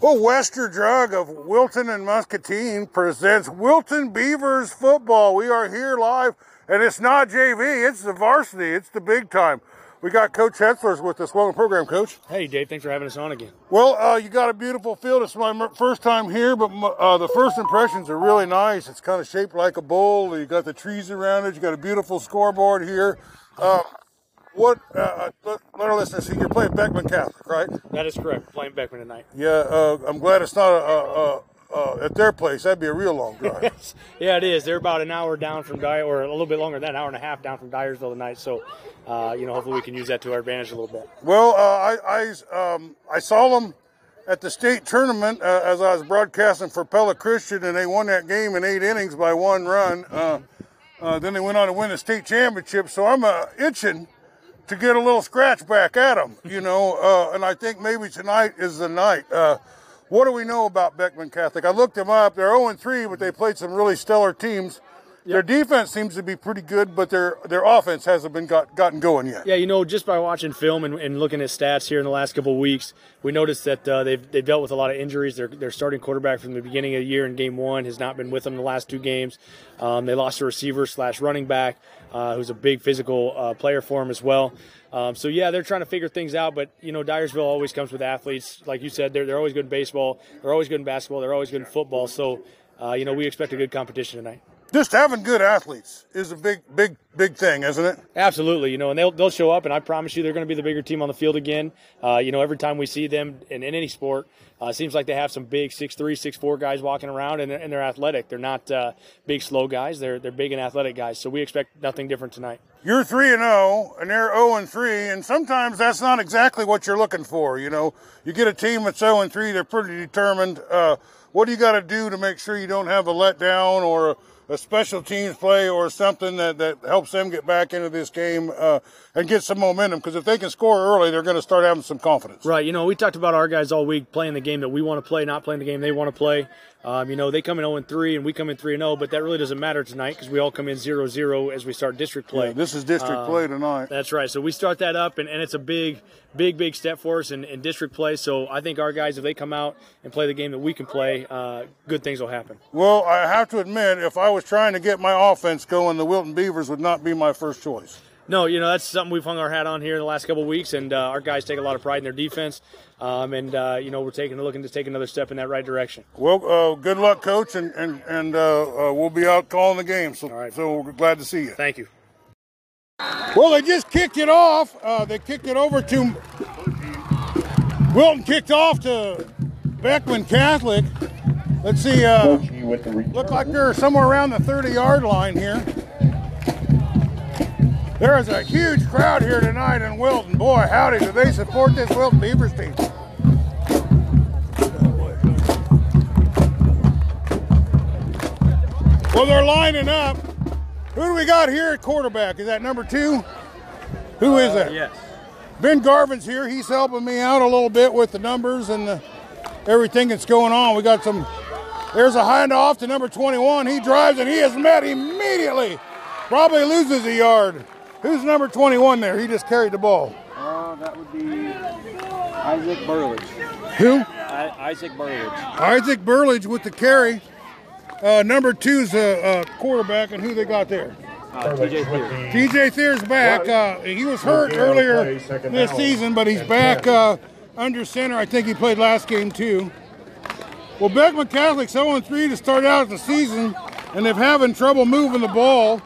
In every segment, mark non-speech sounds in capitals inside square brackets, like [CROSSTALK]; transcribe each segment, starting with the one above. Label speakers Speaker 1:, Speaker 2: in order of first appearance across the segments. Speaker 1: Well, Wester Drug of Wilton and Muscatine presents Wilton Beavers football. We are here live, and it's not JV, it's the varsity, it's the big time. We got Coach Hetzler's with us. Welcome, program, Coach.
Speaker 2: Hey, Dave, thanks for having us on again.
Speaker 1: Well, uh, you got a beautiful field. It's my m- first time here, but m- uh, the first impressions are really nice. It's kind of shaped like a bowl. You got the trees around it. You got a beautiful scoreboard here. Uh, what? Uh, let, let our listeners see. You're playing Beckman Catholic, right?
Speaker 2: That is correct. Playing Beckman tonight. [LAUGHS]
Speaker 1: Yeah. Uh, I'm glad it's not a, a, a, a, at their place. That'd be a real long drive.
Speaker 2: yeah, it is. They're about an hour down from Dyer, or a little bit longer than that, an hour and a half down from Dyersville tonight. So, uh, you know, hopefully we can use that to our advantage a little bit.
Speaker 1: Well, uh, I I, um, I saw them at the state tournament uh, as I was broadcasting for Pella Christian, and they won that game in eight innings by one run. Uh, uh, then they went on to win the state championship. So I'm uh, itching to get a little scratch back at them, you know. Uh, and I think maybe tonight is the night. Uh, what do we know about Beckman Catholic? I looked them up. They're 0 3, but they played some really stellar teams. Their defense seems to be pretty good, but their their offense hasn't been got, gotten going yet.
Speaker 2: Yeah, you know, just by watching film and, and looking at stats here in the last couple of weeks, we noticed that uh, they've, they've dealt with a lot of injuries. Their, their starting quarterback from the beginning of the year in game one has not been with them the last two games. Um, they lost a receiver slash running back, uh, who's a big physical uh, player for them as well. Um, so yeah, they're trying to figure things out, but you know, Dyersville always comes with athletes. Like you said, they're, they're always good in baseball, they're always good in basketball, they're always good in football. So, uh, you know, we expect a good competition tonight.
Speaker 1: Just having good athletes is a big, big, big thing, isn't it?
Speaker 2: Absolutely, you know, and they'll they'll show up, and I promise you, they're going to be the bigger team on the field again. Uh, you know, every time we see them in, in any sport, uh, it seems like they have some big six three, six four guys walking around, and they're, and they're athletic. They're not uh, big slow guys. They're they're big and athletic guys. So we expect nothing different tonight.
Speaker 1: You're three and zero, and they're zero and three, and sometimes that's not exactly what you're looking for. You know, you get a team that's zero and three, they're pretty determined. Uh, what do you got to do to make sure you don't have a letdown or a special teams play or something that, that helps them get back into this game uh, and get some momentum? Because if they can score early, they're going to start having some confidence.
Speaker 2: Right. You know, we talked about our guys all week playing the game that we want to play, not playing the game they want to play. Um, you know, they come in 0 3 and we come in 3 0, but that really doesn't matter tonight because we all come in 0 0 as we start district play.
Speaker 1: Yeah, this is district play tonight.
Speaker 2: That's right. So we start that up, and, and it's a big, big, big step for us in, in district play. So I think our guys, if they come out and play the game that we can play, uh, good things will happen.
Speaker 1: Well, I have to admit, if I was trying to get my offense going, the Wilton Beavers would not be my first choice.
Speaker 2: No, you know that's something we've hung our hat on here in the last couple of weeks, and uh, our guys take a lot of pride in their defense. Um, and uh, you know we're taking looking to take another step in that right direction.
Speaker 1: Well, uh, good luck, coach, and and and uh, uh, we'll be out calling the game. So,
Speaker 2: right.
Speaker 1: so we're glad to see you.
Speaker 2: Thank you.
Speaker 1: Well, they just kicked it off. Uh, they kicked it over to Wilton. Kicked off to Beckman Catholic. Let's see. Uh, look like they're somewhere around the 30-yard line here. There is a huge crowd here tonight in Wilton. Boy, howdy, do they support this Wilton Beavers team? Well, they're lining up. Who do we got here at quarterback? Is that number two? Who is that?
Speaker 2: Yes.
Speaker 1: Ben Garvin's here. He's helping me out a little bit with the numbers and the, everything that's going on. We got some. There's a handoff to number 21. He drives and he is met immediately. Probably loses a yard. Who's number 21 there? He just carried the ball.
Speaker 3: Oh, that would be Isaac Burledge.
Speaker 1: Who?
Speaker 3: I, Isaac Burledge.
Speaker 1: Isaac Burledge with the carry. Uh, number two's a, a quarterback, and who they got there?
Speaker 3: Uh, TJ Thier.
Speaker 1: TJ Thier's back. Uh, he was hurt earlier this season, but he's back uh, under center. I think he played last game too. Well, Beckman Catholic's 0 3 to start out the season, and they're having trouble moving the ball,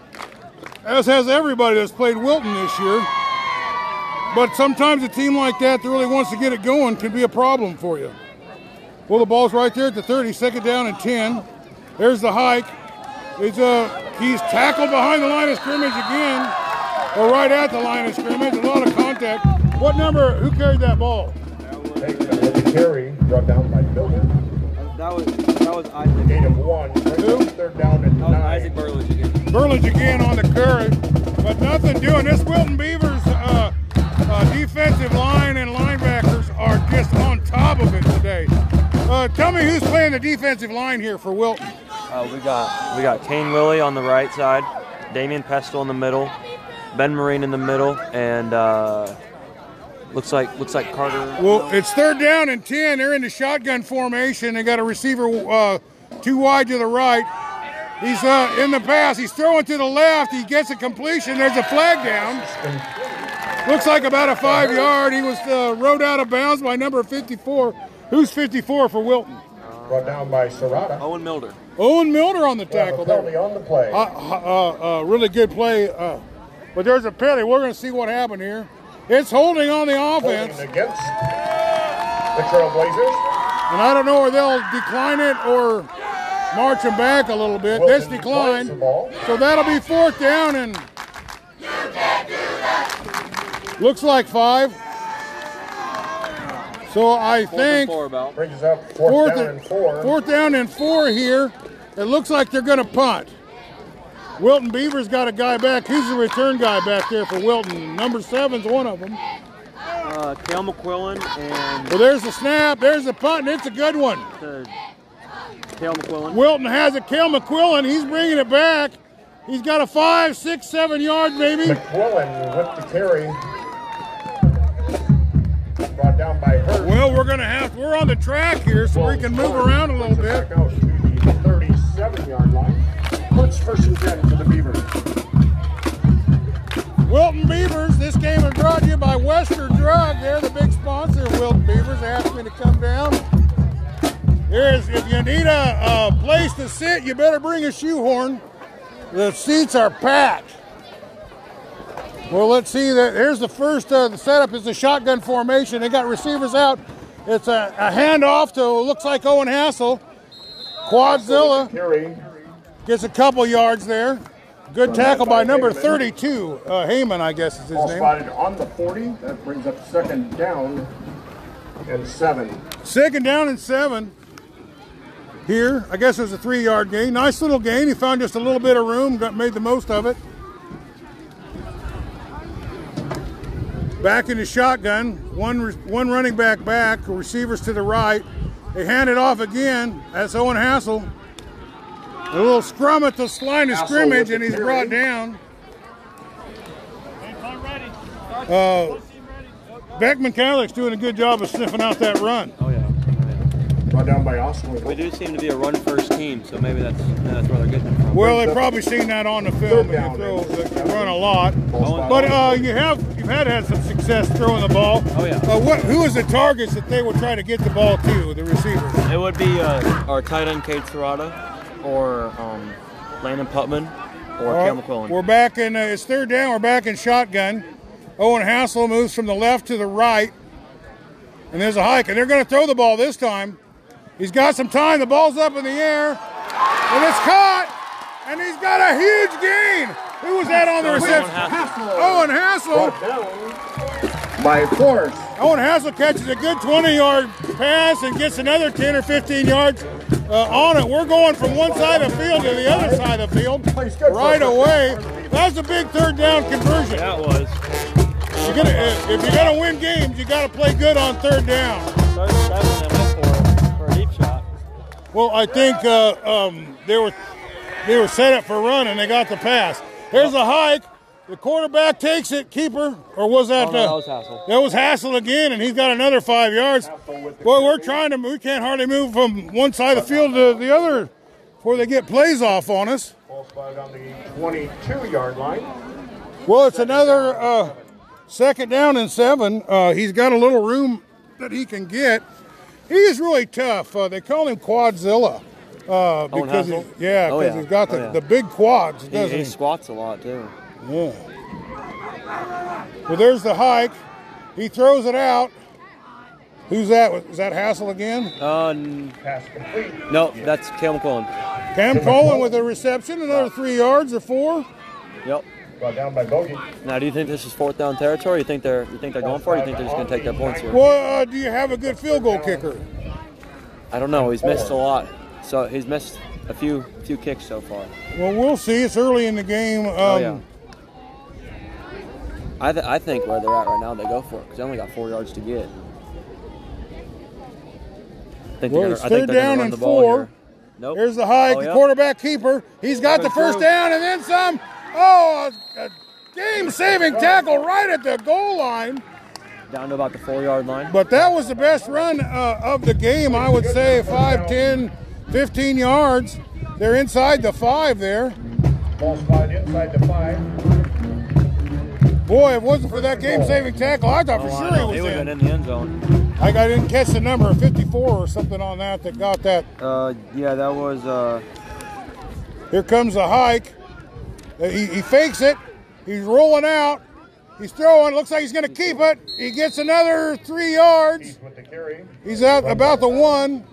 Speaker 1: as has everybody that's played Wilton this year. But sometimes a team like that that really wants to get it going can be a problem for you. Well, the ball's right there at the 30, second down and 10. There's the hike. It's uh, he's tackled behind the line of scrimmage again, or right at the line of scrimmage. A lot of contact. What number? Who carried that ball?
Speaker 4: With the carry brought down by Milton.
Speaker 3: Uh, That was that was Isaac.
Speaker 4: Gain of one.
Speaker 1: Who?
Speaker 4: Third down and
Speaker 3: That
Speaker 1: Oh,
Speaker 3: was
Speaker 4: nine.
Speaker 3: Isaac Burledge again.
Speaker 1: Burledge again on the curve, but nothing doing. This Wilton Beavers uh, uh, defensive line and linebackers are just on top of it today. Uh, tell me who's playing the defensive line here for Wilton.
Speaker 5: Uh, we got we got Kane Willie on the right side, Damian Pestle in the middle, Ben Marine in the middle, and uh, Looks like looks like Carter.
Speaker 1: Well, it's third down and 10. They're in the shotgun formation. They got a receiver uh, too wide to the right. He's uh, in the pass. He's throwing to the left. He gets a completion. There's a flag down. Looks like about a five yard. He was uh, rode out of bounds by number 54. Who's 54 for Wilton?
Speaker 4: Brought down by
Speaker 1: Oh,
Speaker 4: Serrata.
Speaker 5: Owen Milder.
Speaker 1: Owen Milner on the tackle.
Speaker 4: Apparently
Speaker 1: There.
Speaker 4: on the play.
Speaker 1: Uh, uh, uh, really good play. Uh, but there's a penalty. We're going to see what happened here. It's holding on the
Speaker 4: Holding
Speaker 1: offense.
Speaker 4: against the Trailblazers.
Speaker 1: And I don't know where they'll decline it or march them back a little bit. This
Speaker 4: Wilson
Speaker 1: decline.
Speaker 4: points the ball.
Speaker 1: So that'll be fourth down and. Looks like five. So I
Speaker 5: Fourth and
Speaker 1: think
Speaker 5: four about.
Speaker 4: Brings us up fourth, down and four.
Speaker 1: fourth down and four here. It looks like they're going to punt. Wilton Beaver's got a guy back. Who's the return guy back there for Wilton? Number seven's one of them.
Speaker 5: Uh, Cal McQuillan and
Speaker 1: Well, there's the snap. There's the punt, and it's a good one.
Speaker 5: the Cal McQuillan.
Speaker 1: Wilton has it. Kale McQuillan, he's bringing it back. He's got a five, six, seven yard maybe.
Speaker 4: McQuillan with the carry. Brought down by Hurd.
Speaker 1: Well, we're gonna have we're on the track here, so we can move around a little bit.
Speaker 4: Back out to the 37 yard line. Puts first and 10 for the Beavers.
Speaker 1: Wilton Beavers, this game is brought to you by Western Drug. They're the big sponsor of Wilton Beavers. They asked me to come down. Here's if you need a, a place to sit, you better bring a shoehorn. The seats are packed. Well, let's see. That here's the first. Uh, the setup is the shotgun formation. They got receivers out. It's a, a handoff to looks like Owen Hassel. Quadzilla
Speaker 4: Carry.
Speaker 1: gets a couple yards there. Good tackle by number 32, uh, Heyman, I guess is his
Speaker 4: Ball
Speaker 1: name.
Speaker 4: spotted on the 40. That brings up second down and seven.
Speaker 1: Second down and seven. Here, I guess it was a three-yard gain. Nice little gain. He found just a little bit of room, got made the most of it. Back into shotgun. One re- one running back back. Receivers to the right. They hand it off again. That's Owen Hassel. A little scrum at the line of
Speaker 4: Hassel with
Speaker 1: scrimmage,
Speaker 4: the
Speaker 1: and he's
Speaker 4: carry.
Speaker 1: brought down. Uh, Beckman Calick's doing a good job of sniffing out that run.
Speaker 5: Oh yeah.
Speaker 4: Brought down by Oswald.
Speaker 5: We do seem to be a run first team, so maybe that's that's where they're getting it from.
Speaker 1: Well, they've probably seen that on the film. And
Speaker 4: down
Speaker 1: you throw,
Speaker 4: and-
Speaker 1: they run a lot.
Speaker 4: Ball
Speaker 1: But
Speaker 4: spotted.
Speaker 1: uh, you have you've had had some success throwing the ball.
Speaker 5: Oh, yeah.
Speaker 1: Uh, what who is the targets that they would try to get the ball to? The receivers.
Speaker 5: It would be uh, our tight end Kate Serrata, or um, Landon Putman, or
Speaker 1: All right,
Speaker 5: Cal McQuillan.
Speaker 1: We're back in. Uh, it's third down. We're back in shotgun. Owen Hassel moves from the left to the right, and there's a hike, and they're going to throw the ball this time. He's got some time. The ball's up in the air, and it's caught, and he's got a huge gain. Who was that on the reception?
Speaker 5: Owen Hassel.
Speaker 1: Owen Hassel.
Speaker 4: Brought down by Force.
Speaker 1: Owen Hassel catches a good 20-yard pass and gets another 10 or 15 yards uh, on it. We're going from one side of the field to the other side of the field right away. That's a big third down conversion.
Speaker 5: That was.
Speaker 1: You're gonna, if if you're gonna win games, you got to play good on third down.
Speaker 5: Third seven and went for, for a deep shot.
Speaker 1: Well, I think uh, um, they were they were set up for a run and they got the pass. Here's a hike. The quarterback takes it. Keeper or was that?
Speaker 5: Oh, no,
Speaker 1: uh,
Speaker 5: that was Hassel.
Speaker 1: That was Hassel again, and he's got another five yards. Boy, we're trying to, we can't hardly move from one side of the field to the other before they get plays off on us.
Speaker 4: Ball spotted on the 22 yard line.
Speaker 1: Well, it's another uh, second down and seven. Uh, he's got a little room that he can get. He is really tough. Uh, they call him Quadzilla. Uh, because
Speaker 5: Hassel?
Speaker 1: he- yeah,
Speaker 5: Oh,
Speaker 1: because
Speaker 5: yeah.
Speaker 1: he's got the,
Speaker 5: Oh, yeah.
Speaker 1: the big quads,
Speaker 5: He,
Speaker 1: doesn't
Speaker 5: he
Speaker 1: he?
Speaker 5: squats a lot too.
Speaker 1: Yeah. Well, there's the hike. He throws it out. Who's that? Is that Hassel again?
Speaker 5: Uh, n-
Speaker 4: Pass complete.
Speaker 5: no, that's Cal McQuillan. [LAUGHS]
Speaker 1: Cam Coleman with a reception, another three yards or four.
Speaker 5: Yep.
Speaker 4: Brought down by Bogey.
Speaker 5: Now, do you think this is fourth down territory? You think they're you think they're going for it? You think they're just going to take their points here?
Speaker 1: Well, uh, do you have a good field goal kicker?
Speaker 5: I don't know. He's missed a lot. So he's missed a few few kicks so far.
Speaker 1: Well, we'll see. It's early in the game. Um,
Speaker 5: oh yeah. I, th- I think where they're at right now, they go for it because they only got four yards to get. I think
Speaker 1: Well,
Speaker 5: they're
Speaker 1: it's
Speaker 5: I think
Speaker 1: third
Speaker 5: they're gonna
Speaker 1: down
Speaker 5: run
Speaker 1: and
Speaker 5: the ball
Speaker 1: four.
Speaker 5: here. Nope.
Speaker 1: Here's the hike,
Speaker 5: Oh,
Speaker 1: the
Speaker 5: yeah.
Speaker 1: quarterback keeper. He's got the
Speaker 5: Number
Speaker 1: first
Speaker 5: two.
Speaker 1: down and then
Speaker 5: Oh.
Speaker 1: some. Oh, a, a game-saving tackle right at the goal line.
Speaker 5: down to about the four yard line.
Speaker 1: But that was the best run uh, of the game, I would say 5, 10, 15 yards. They're inside the five there.
Speaker 4: Ball spotted inside the five.
Speaker 1: Boy, if it wasn't for that game saving tackle, I thought for
Speaker 5: Oh, I
Speaker 1: sure
Speaker 5: know.
Speaker 1: it
Speaker 5: they
Speaker 1: was
Speaker 5: would've
Speaker 1: in.
Speaker 5: been in the end zone.
Speaker 1: Like I didn't catch the number 54 or something on that that got that.
Speaker 5: Uh, yeah, that was. Uh,
Speaker 1: Here comes a hike. Uh, He, he fakes it. He's rolling out. He's throwing. Looks like he's going to keep it. He gets another three yards.
Speaker 4: With the carry.
Speaker 1: He's out about the one.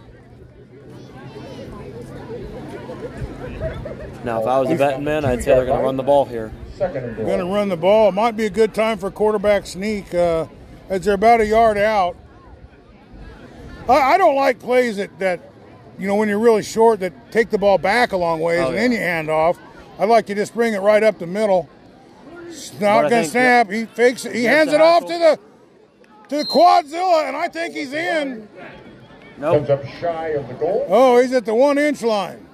Speaker 5: now, if I was a betting man, I'd say they're going to run the ball here.
Speaker 4: Second and
Speaker 1: Going
Speaker 4: goal.
Speaker 1: to run the ball. Might be a good time for a quarterback sneak uh, as they're about a yard out. I, I don't like plays that, that, you know, when you're really short, that take the ball back a long ways
Speaker 5: Oh,
Speaker 1: and then you
Speaker 5: yeah.
Speaker 1: hand off. I'd like to just bring it right up the middle.
Speaker 5: But
Speaker 1: Not going
Speaker 5: I
Speaker 1: to
Speaker 5: think-
Speaker 1: snap. He fakes it. He
Speaker 5: That's
Speaker 1: hands
Speaker 5: a
Speaker 1: it off to
Speaker 5: hassle.
Speaker 1: the to the quadzilla, and I think he's in.
Speaker 5: Nope.
Speaker 4: Comes up shy of the goal.
Speaker 1: Oh, he's at the one inch line.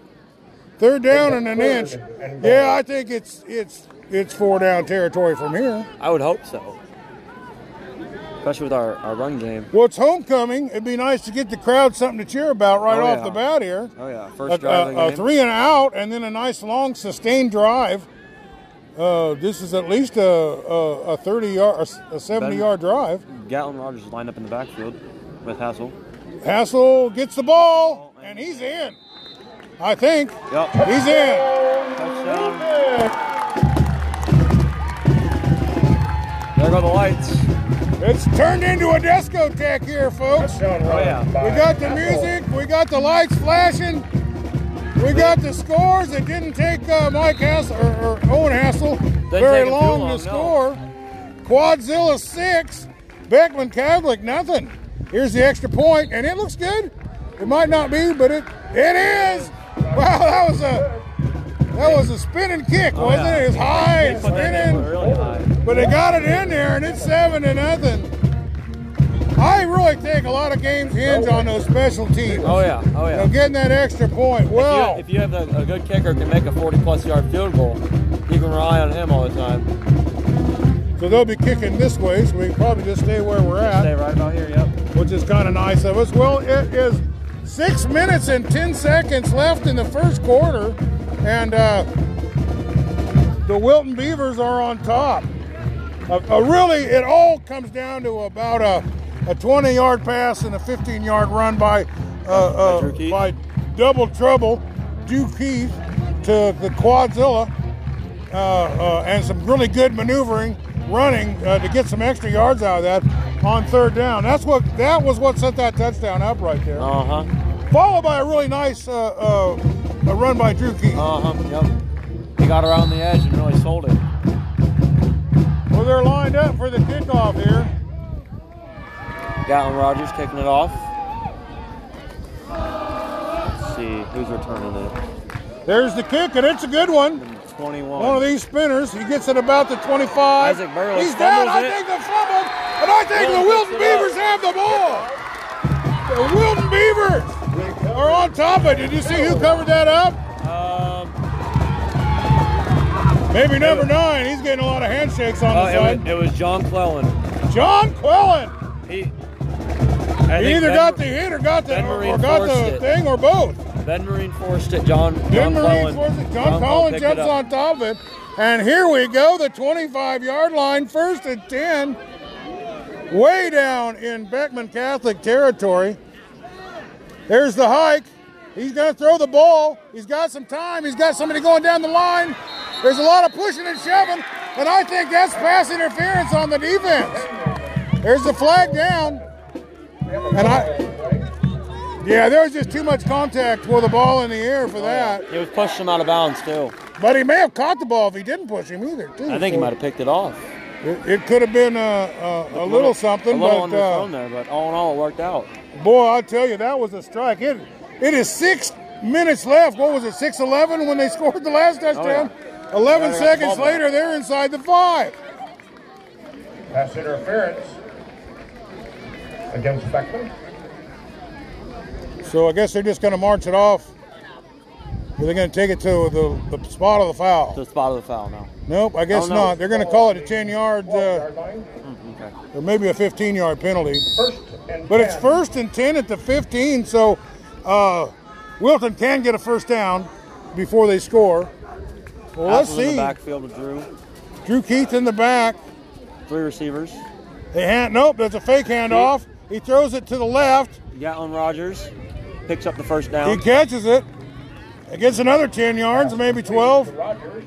Speaker 1: Third down and an inch. Yeah, I think it's it's it's four down territory from here.
Speaker 5: I would hope so. Especially with our, our run game.
Speaker 1: Well, it's homecoming. It'd be nice to get the crowd something to cheer about right
Speaker 5: Oh,
Speaker 1: off
Speaker 5: yeah.
Speaker 1: the bat here.
Speaker 5: Oh, yeah.
Speaker 1: A,
Speaker 5: First drive of the
Speaker 1: a, a
Speaker 5: game.
Speaker 1: Uh, three and out, and then a nice long sustained drive. Uh, this is at least a a, a thirty yard, a, seventy
Speaker 5: Ben-
Speaker 1: yard drive.
Speaker 5: Gatlin Rogers lined up in the backfield with Hassel.
Speaker 1: Hassel gets the ball, and he's in. I think
Speaker 5: Yep.
Speaker 1: he's in.
Speaker 5: Touchdown. There go the lights.
Speaker 1: It's turned into a discotheque here, folks.
Speaker 4: Touchdown
Speaker 5: Oh,
Speaker 4: run
Speaker 5: yeah.
Speaker 4: by
Speaker 1: We got the
Speaker 4: Apple.
Speaker 1: music, we got the lights flashing, we got the scores. It didn't take uh, Mike Hassel or, or Owen Hassel
Speaker 5: take him
Speaker 1: very
Speaker 5: too
Speaker 1: long,
Speaker 5: long, no.
Speaker 1: to score. Quadzilla six, Beckman Cavlick nothing. Here's the extra point, and it looks good. It might not be, but it it is. Wow, that was a that was a spinning kick, wasn't
Speaker 5: Oh, yeah.
Speaker 1: it? It was high, and
Speaker 5: Put that in
Speaker 1: spinning,
Speaker 5: really high.
Speaker 1: but they got it in there, and it's seven to nothing. I really think a lot of games hinge on those special teams.
Speaker 5: Oh, yeah. Oh,
Speaker 1: Now
Speaker 5: yeah.
Speaker 1: getting that extra point. Well,
Speaker 5: If you, if you have a, a good kicker can make a 40 plus yard field goal, you can rely on him all the time.
Speaker 1: so they'll be kicking this way, so we can probably just stay where we're
Speaker 5: Stay
Speaker 1: at,
Speaker 5: right about here, yep.
Speaker 1: which is kind of nice of us. Well, it is six minutes and 10 seconds left in the first quarter, and uh, the Wilton Beavers are on top. A, a really, it all comes down to about a, a 20 yard pass and a 15 yard run by, uh, uh,
Speaker 5: Drew Keith?
Speaker 1: by double trouble, Drew Keith, to the Quadzilla. uh, uh, and some really good maneuvering, running uh, to get some extra yards out of that on third down. That's what that was what set that touchdown up right there.
Speaker 5: Uh huh.
Speaker 1: Followed by a really nice uh, uh, a run by Drew Key.
Speaker 5: Uh huh. Yep. He got around the edge and really sold it.
Speaker 1: well, they're lined up for the kickoff here.
Speaker 5: Gatlin Rogers kicking it off. Let's see who's returning it.
Speaker 1: There's the kick, and it's a good one.
Speaker 5: 21.
Speaker 1: One of these spinners, he gets it about the 25.
Speaker 5: Isaac Burley
Speaker 1: He's down.
Speaker 5: fumbles
Speaker 1: I
Speaker 5: it.
Speaker 1: think the fumble, and I think
Speaker 5: Burley
Speaker 1: the Wilton
Speaker 5: picks it up.
Speaker 1: Beavers have the ball. The Wilton Beavers are on top of it. Did you see who covered that up?
Speaker 5: Um,
Speaker 1: Maybe number nine. He's getting a lot of handshakes on
Speaker 5: uh,
Speaker 1: the
Speaker 5: it, was,
Speaker 1: side.
Speaker 5: it was John Clellan.
Speaker 1: John Quellen.
Speaker 5: He,
Speaker 1: He either got the hit or got the
Speaker 5: Ben
Speaker 1: or,
Speaker 5: Marine
Speaker 1: or got
Speaker 5: forced
Speaker 1: the
Speaker 5: it.
Speaker 1: thing or both.
Speaker 5: Ben Marine forced it. John.
Speaker 1: John
Speaker 5: John
Speaker 1: Marine
Speaker 5: Clellan.
Speaker 1: forced it. John
Speaker 5: Clellan
Speaker 1: Collins
Speaker 5: picked it
Speaker 1: jumps
Speaker 5: up.
Speaker 1: on top of it. And here we go, the 25 yard line, first and 10. Way down in Beckman Catholic territory. There's the hike. He's going to throw the ball. He's got some time. He's got somebody going down the line. There's a lot of pushing and shoving. And I think that's pass interference on the defense. There's the flag down. And I. Yeah, there was just too much contact with the ball in the air for that.
Speaker 5: He was pushed him out of bounds too.
Speaker 1: But he may have caught the ball if he didn't push him either. Too.
Speaker 5: I think he
Speaker 1: So
Speaker 5: might have picked it off.
Speaker 1: It, it could have been a, a, a, little something,
Speaker 5: A little
Speaker 1: but uh,
Speaker 5: underthrown there, but all in all, it worked out.
Speaker 1: boy, I'll tell you, that was a strike. It it is six minutes left. What was it, six eleven when they [LAUGHS] scored the last touchdown? Eleven
Speaker 5: Oh, Yeah, they got the
Speaker 1: seconds
Speaker 5: ball back.
Speaker 1: later, they're inside the five.
Speaker 4: Pass interference against Beckman.
Speaker 1: So I guess they're just going to march it off. Or they're going to take it to the, the spot of the foul.
Speaker 5: To the spot of the foul now.
Speaker 1: Nope, I guess
Speaker 5: Oh, no.
Speaker 1: not. They're going to call it a ten yard. Uh,
Speaker 4: Yard line.
Speaker 5: Okay.
Speaker 1: or maybe a 15 yard penalty.
Speaker 4: First and
Speaker 1: But it's
Speaker 4: 10.
Speaker 1: first and 10 at the 15, so uh, Wilton can get a first down before they score. Well, let's
Speaker 5: Apples in
Speaker 1: see.
Speaker 5: the backfield with Drew.
Speaker 1: Drew Keith in the back.
Speaker 5: Three receivers.
Speaker 1: They hand, nope, that's a fake handoff. He throws it to the left.
Speaker 5: Gatlin Rogers picks up the first
Speaker 1: He
Speaker 5: down.
Speaker 1: catches it. It gets another 10 yards, maybe 12.
Speaker 4: Rogers.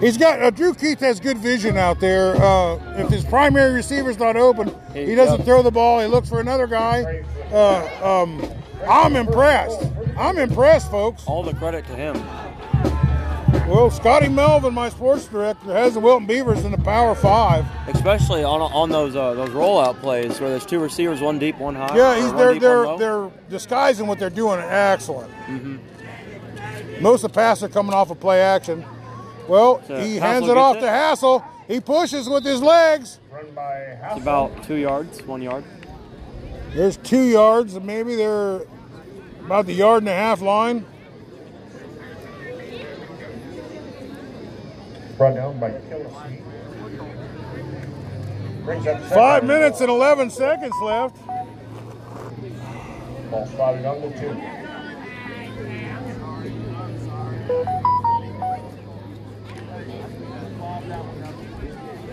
Speaker 1: He's got uh, Drew Keith has good vision out there. Uh, if his primary receiver's not open, he doesn't throw the ball. He looks for another guy. Uh, um, I'm impressed. I'm impressed, folks.
Speaker 5: All the credit to him.
Speaker 1: Well, Scotty Melvin, my sports director, has the Wilton Beavers in the Power Five.
Speaker 5: Especially on on those uh, those rollout plays where there's two receivers, one deep, one high.
Speaker 1: Yeah,
Speaker 5: or
Speaker 1: he's,
Speaker 5: one
Speaker 1: they're
Speaker 5: deep, one
Speaker 1: they're
Speaker 5: low.
Speaker 1: they're disguising what they're doing. Excellent. Most of the passes are coming off of play action. Well,
Speaker 5: Mm-hmm. So,
Speaker 1: he
Speaker 5: Hassel
Speaker 1: hands it
Speaker 5: gets
Speaker 1: off
Speaker 5: it.
Speaker 1: to Hassel. He pushes with his legs.
Speaker 4: Run by
Speaker 5: It's
Speaker 4: Hassel.
Speaker 5: about two yards, one yard.
Speaker 1: There's two yards. and Maybe they're about the yard and a half line.
Speaker 4: Brought down by Kelsey. Brings up second
Speaker 1: Five
Speaker 4: and
Speaker 1: minutes
Speaker 4: goal.
Speaker 1: and 11 seconds left.
Speaker 4: Ball spotted on the two.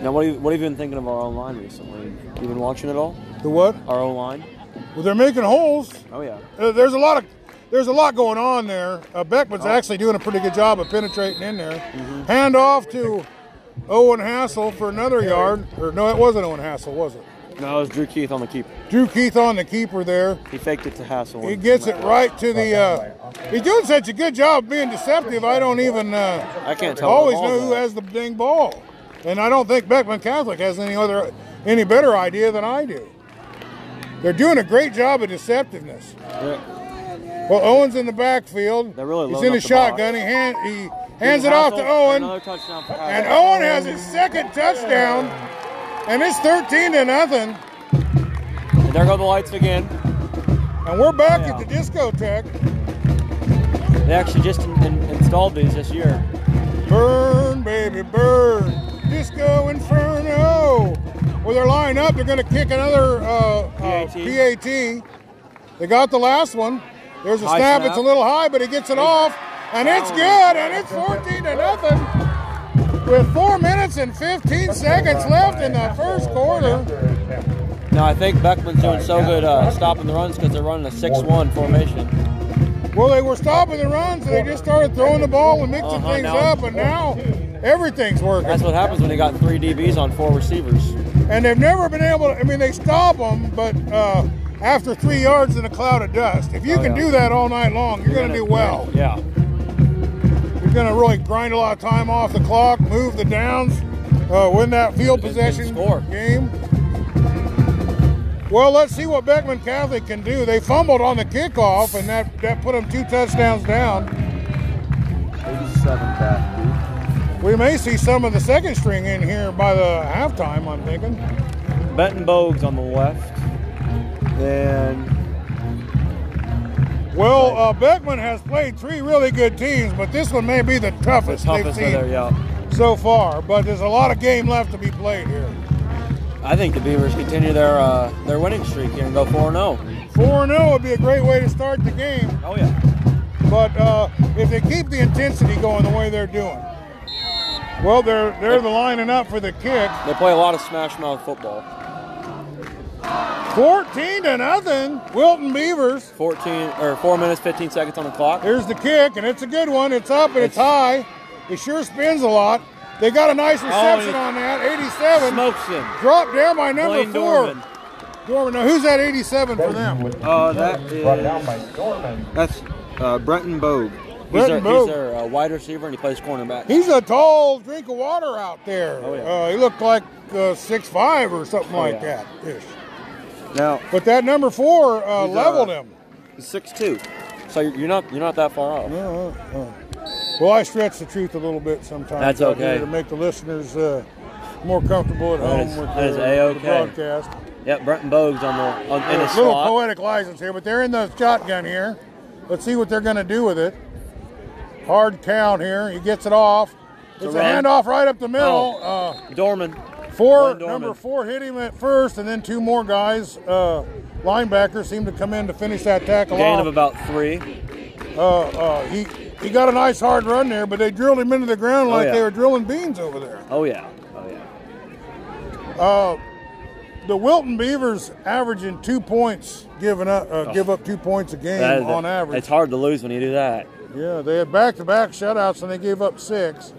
Speaker 5: Now, what have, you, what have you been thinking of our own line recently? You been watching it all?
Speaker 1: The what?
Speaker 5: Our own line?
Speaker 1: Well, they're making holes.
Speaker 5: Oh yeah.
Speaker 1: Uh, there's a lot of there's a lot going on there. Uh, Beckman's
Speaker 5: Oh.
Speaker 1: actually doing a pretty good job of penetrating in there.
Speaker 5: Mm-hmm.
Speaker 1: Hand off to Owen Hassel for another yard. Or no, it wasn't Owen Hassel, was it?
Speaker 5: No, it was Drew Keith on the keeper.
Speaker 1: Drew Keith on the keeper there.
Speaker 5: He faked it to Hassel.
Speaker 1: He gets it right to the. Uh, he's doing such a good job of being deceptive. I don't even uh,
Speaker 5: I can't tell. where
Speaker 1: always
Speaker 5: the ball's
Speaker 1: know who
Speaker 5: at.
Speaker 1: has the dang ball, and I don't think Beckman Catholic has any other any better idea than I do. They're doing a great job of deceptiveness.
Speaker 5: Yeah.
Speaker 1: Well, Owens in the backfield.
Speaker 5: They're really
Speaker 1: He's
Speaker 5: loading
Speaker 1: in his
Speaker 5: up the box.
Speaker 1: shotgun. He, hand, he hands it off to
Speaker 5: Hassel,
Speaker 1: Owen,
Speaker 5: Another touchdown for
Speaker 1: and
Speaker 5: Hassel.
Speaker 1: Owen has his second touchdown, and it's 13 to nothing.
Speaker 5: And there go the lights again.
Speaker 1: And we're back
Speaker 5: Yeah.
Speaker 1: at the discotheque.
Speaker 5: They actually just in, in, installed these this year.
Speaker 1: Burn, baby, burn. Disco Inferno. Well, they're lining up. They're going to kick another uh, uh,
Speaker 5: PAT.
Speaker 1: PAT. They got the last one. There's a
Speaker 5: High
Speaker 1: snap.
Speaker 5: snap. Oh.
Speaker 1: It's a little high, but he gets it off, and it's
Speaker 5: Down.
Speaker 1: good, and it's 14 to nothing. With four minutes and 15 seconds left in the first quarter,
Speaker 5: Now I think Beckman's doing so good uh, stopping the runs because they're running a 6-1 formation.
Speaker 1: well, they were stopping the runs, and they just started throwing the ball and mixing
Speaker 5: Uh-huh,
Speaker 1: things
Speaker 5: now
Speaker 1: up, and now everything's working.
Speaker 5: That's what happens when you got three DBs on four receivers.
Speaker 1: and they've never been able to. I mean, they stop them, but uh, after three yards in a cloud of dust, if you
Speaker 5: Oh,
Speaker 1: can
Speaker 5: yeah.
Speaker 1: do that all night long, you're, going to do well.
Speaker 5: Yeah.
Speaker 1: You're going to really grind a lot of time off the clock, move the downs, uh, win that field
Speaker 5: And- and
Speaker 1: possession
Speaker 5: score.
Speaker 1: game. Well, let's see what Beckman Catholic can do. They fumbled on the kickoff, and that, that put them two touchdowns down.
Speaker 3: 87 back, dude.
Speaker 1: We may see some of the second string in here by the halftime, I'm thinking.
Speaker 5: Benton Bogues on the left. Then
Speaker 1: Well, uh, Beckman has played three really good teams, but this one may be the
Speaker 5: the
Speaker 1: toughest,
Speaker 5: toughest
Speaker 1: they've
Speaker 5: in there,
Speaker 1: seen
Speaker 5: yeah.
Speaker 1: so far. But there's a lot of game left to be played here.
Speaker 5: I think the Beavers continue their uh, their winning streak here and oh. go 4-0.
Speaker 1: 4 0 would be a great way to start the game,
Speaker 5: Oh yeah.
Speaker 1: but uh, if they keep the intensity going the way they're doing, well, they're they're lining up for the kick.
Speaker 5: They play a lot of smash mouth football.
Speaker 1: 14 to nothing, Wilton Beavers.
Speaker 5: 14 or 4 minutes 15 seconds on the clock.
Speaker 1: Here's the kick, and it's a good one. It's up and it's,
Speaker 5: It's-
Speaker 1: high. It sure spins a lot. They got a
Speaker 5: Oh,
Speaker 1: nice reception
Speaker 5: he-
Speaker 1: on that, 87.
Speaker 5: Smokes him.
Speaker 1: Dropped down by number
Speaker 5: Blaine
Speaker 1: four.
Speaker 5: Dorman.
Speaker 1: Dorman. Now, who's that 87 for them?
Speaker 3: Uh, that
Speaker 4: Brought down
Speaker 3: is
Speaker 4: by Norman.
Speaker 3: that's uh, Brenton Bogue.
Speaker 5: He's
Speaker 1: Brenton
Speaker 5: their,
Speaker 1: Bogue.
Speaker 5: he's their uh, wide receiver and he plays cornerback.
Speaker 1: He's a tall drink of water out there.
Speaker 5: Oh, yeah. Oh,
Speaker 1: uh, he looked like uh, 6'5 or something like
Speaker 5: yeah.
Speaker 1: that ish.
Speaker 3: Now
Speaker 1: But that number four uh,
Speaker 3: He's, uh,
Speaker 1: leveled him.
Speaker 3: six two.
Speaker 5: So you're you're not you're not that far off.
Speaker 1: Uh, uh. Well, I stretch the truth a little bit sometimes.
Speaker 5: That's
Speaker 1: out here
Speaker 5: okay.
Speaker 1: To make the listeners uh, more comfortable at
Speaker 5: That
Speaker 1: home
Speaker 5: is-
Speaker 1: with
Speaker 5: that is
Speaker 1: the, with the
Speaker 5: A-okay.
Speaker 1: broadcast.
Speaker 5: Yep, Brenton Bogues on the on, in
Speaker 1: A
Speaker 5: the
Speaker 1: little
Speaker 5: slot.
Speaker 1: poetic license here, but they're in the shotgun here. Let's see what they're going to do with it. Hard count here. He gets it off. It's a
Speaker 5: run.
Speaker 1: handoff right up the middle. Uh,
Speaker 5: Dorman.
Speaker 1: Four,
Speaker 5: Oh. Glenn Dorman.
Speaker 1: number four hit him at first, and then two more guys, uh, linebackers, seemed to come in to finish that tackle
Speaker 5: Gain
Speaker 1: off.
Speaker 5: of about three.
Speaker 1: uh, uh, he he got a nice hard run there, but they drilled him into the ground
Speaker 5: Oh,
Speaker 1: like
Speaker 5: yeah.
Speaker 1: they were drilling beans over there.
Speaker 5: Oh yeah. Oh yeah.
Speaker 1: The Wilton Beavers averaging two points, giving up uh, give up two points a game
Speaker 5: Oh. That is-
Speaker 1: on average.
Speaker 5: It's hard to lose when you do that.
Speaker 1: Yeah, they had back-to-back shutouts, and they gave up six.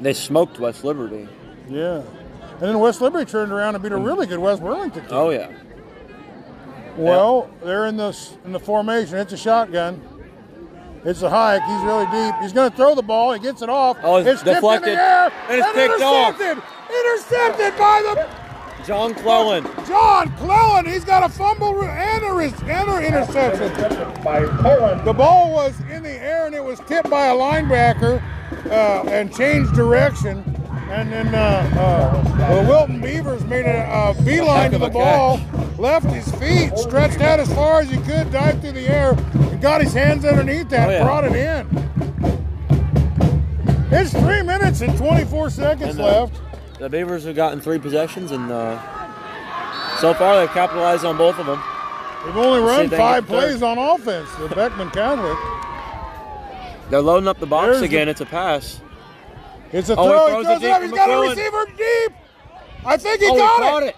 Speaker 5: They smoked West Liberty.
Speaker 1: Yeah. And then West Liberty turned around and beat a really good West Burlington team.
Speaker 5: Oh yeah.
Speaker 1: Well, they're in the s- in the formation. It's a shotgun. It's a hike. He's really deep. He's going to throw the ball. He gets it off.
Speaker 5: Oh, it's
Speaker 1: tipped in
Speaker 5: deflected.
Speaker 1: the air
Speaker 5: And it's picked off.
Speaker 1: intercepted. Intercepted by
Speaker 5: John Clellan.
Speaker 1: the John Clellan. He's got a fumble re- and a, res- and a interception.
Speaker 4: by Poland.
Speaker 1: The ball was in the air and it was tipped by a linebacker uh, and changed direction. And then uh, uh, the Wilton Beavers made a, a beeline to the ball, left his feet, stretched out as far as he could, dived through the air, and got his hands underneath that,
Speaker 5: Oh, yeah.
Speaker 1: brought it in. It's three minutes and 24 seconds
Speaker 5: And, uh,
Speaker 1: left.
Speaker 5: The Beavers have gotten three possessions, and uh, so far they've capitalized on both of them.
Speaker 1: They've only
Speaker 5: see
Speaker 1: run
Speaker 5: if they
Speaker 1: five
Speaker 5: can get
Speaker 1: plays on offense, the Beckman Catholic.
Speaker 5: They're loading up the box
Speaker 1: There's the-
Speaker 5: again. it's a pass.
Speaker 1: It's a
Speaker 5: Oh, he
Speaker 1: throw.
Speaker 5: throws
Speaker 1: he
Speaker 5: it
Speaker 1: throws it
Speaker 5: deep
Speaker 1: up.
Speaker 5: to
Speaker 1: He's got a
Speaker 5: McClellan.
Speaker 1: receiver deep. I think he
Speaker 5: oh,
Speaker 1: got
Speaker 5: he caught
Speaker 1: it.
Speaker 5: it.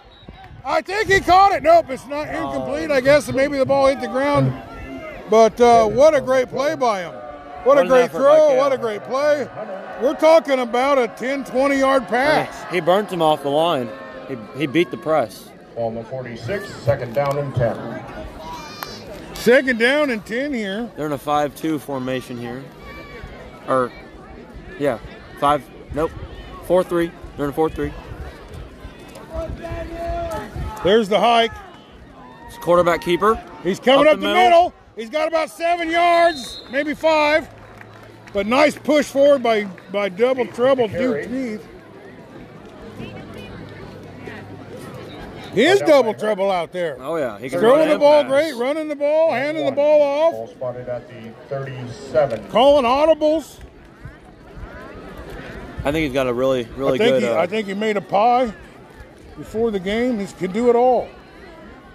Speaker 1: I think he caught it. Nope, it's not incomplete, I guess, and maybe the ball hit the ground. But uh, what a great play by him. What
Speaker 5: What
Speaker 1: a
Speaker 5: an
Speaker 1: great
Speaker 5: effort
Speaker 1: throw.
Speaker 5: by Cal.
Speaker 1: What a great play. We're talking about a 10, 20 yard pass.
Speaker 5: He burnt him off the line. He, he beat the press.
Speaker 4: On the 46, second down and 10.
Speaker 1: Second down and 10 here.
Speaker 5: They're in a 5 2 formation here. Or, yeah, 5, nope, 4 3. They're in a 4 3.
Speaker 1: There's the hike.
Speaker 5: It's quarterback keeper.
Speaker 1: He's coming up,
Speaker 5: Up
Speaker 1: the
Speaker 5: the
Speaker 1: middle. He's got about seven yards, maybe five. But nice push forward by, by double treble Duke Keith. He is double treble out there.
Speaker 5: Oh, yeah. He can
Speaker 1: Throwing
Speaker 5: run
Speaker 1: the
Speaker 5: and
Speaker 1: ball
Speaker 5: pass.
Speaker 1: great, running the ball, handing the
Speaker 4: One.
Speaker 1: ball off,
Speaker 4: spotted at the 37.
Speaker 1: calling audibles.
Speaker 5: I think he's got a really, really
Speaker 1: I think
Speaker 5: good.
Speaker 1: he,
Speaker 5: uh,
Speaker 1: I think he made a pie before the game. He can do it all.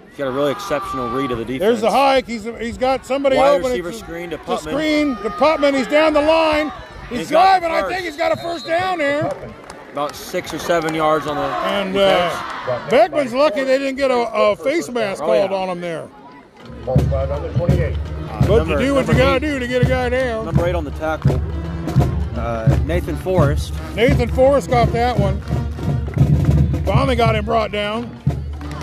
Speaker 5: he's got a really exceptional read of the defense.
Speaker 1: There's the hike. He's he's got somebody
Speaker 5: Wide
Speaker 1: open.
Speaker 5: receiver
Speaker 1: It's a-
Speaker 5: screen to
Speaker 1: it's a
Speaker 5: Putman.
Speaker 1: screen to Putman. He's down the line. He's,
Speaker 5: He's got the
Speaker 1: driving. I
Speaker 5: first.
Speaker 1: think he's got a first down there.
Speaker 5: About six or seven yards on the.
Speaker 1: And
Speaker 5: defense.
Speaker 1: uh, Beckman's lucky they didn't get a, a face mask
Speaker 5: Oh, yeah.
Speaker 1: called on him there.
Speaker 4: Multiplied on the 28.
Speaker 5: Uh,
Speaker 1: But
Speaker 5: number-
Speaker 1: you do what
Speaker 5: number
Speaker 1: you gotta
Speaker 5: eight-
Speaker 1: do to get a guy down.
Speaker 5: Number eight on the tackle, uh, Nathan Forrest.
Speaker 1: Nathan Forrest got that one. Finally got him brought down.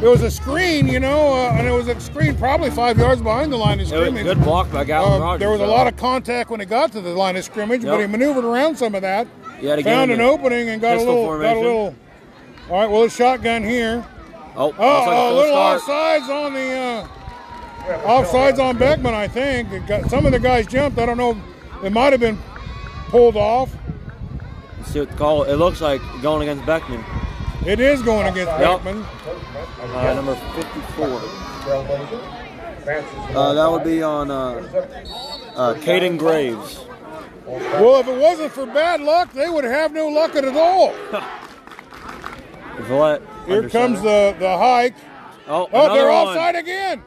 Speaker 1: It was a screen, you know, uh, and it was a screen probably five yards behind the line of
Speaker 5: It was a
Speaker 1: scrimmage.
Speaker 5: good block by Gavin
Speaker 1: Uh,
Speaker 5: Rogers.
Speaker 1: there was a
Speaker 5: though.
Speaker 1: lot of contact when it got to the line of scrimmage, but
Speaker 5: Yep.
Speaker 1: he maneuvered around some of that.
Speaker 5: He had a
Speaker 1: found an
Speaker 5: game in
Speaker 1: opening and got a
Speaker 5: pistol
Speaker 1: little. Got
Speaker 5: formation.
Speaker 1: a little. All right, well, it's shotgun here.
Speaker 5: Oh, looks
Speaker 1: Oh,
Speaker 5: like
Speaker 1: a
Speaker 5: full
Speaker 1: little
Speaker 5: start.
Speaker 1: offsides on the uh, offsides on Beckman. I think It got- some of the guys jumped. I don't know. It might have been pulled off.
Speaker 5: Let's see what the call. It looks like going against Beckman. uh,
Speaker 1: It is going against
Speaker 5: Yep.
Speaker 1: Beckman.
Speaker 5: Uh, number 54.
Speaker 4: Trailblazer. Vance's
Speaker 5: Uh, that would be on uh, uh, Caden Graves.
Speaker 1: Well, if it wasn't for bad luck, they would have no luck at all.
Speaker 5: Villette.
Speaker 1: Here
Speaker 5: under
Speaker 1: comes
Speaker 5: center.
Speaker 1: the the hike.
Speaker 5: Oh,
Speaker 1: Oh, they're
Speaker 5: another one.
Speaker 1: offside again.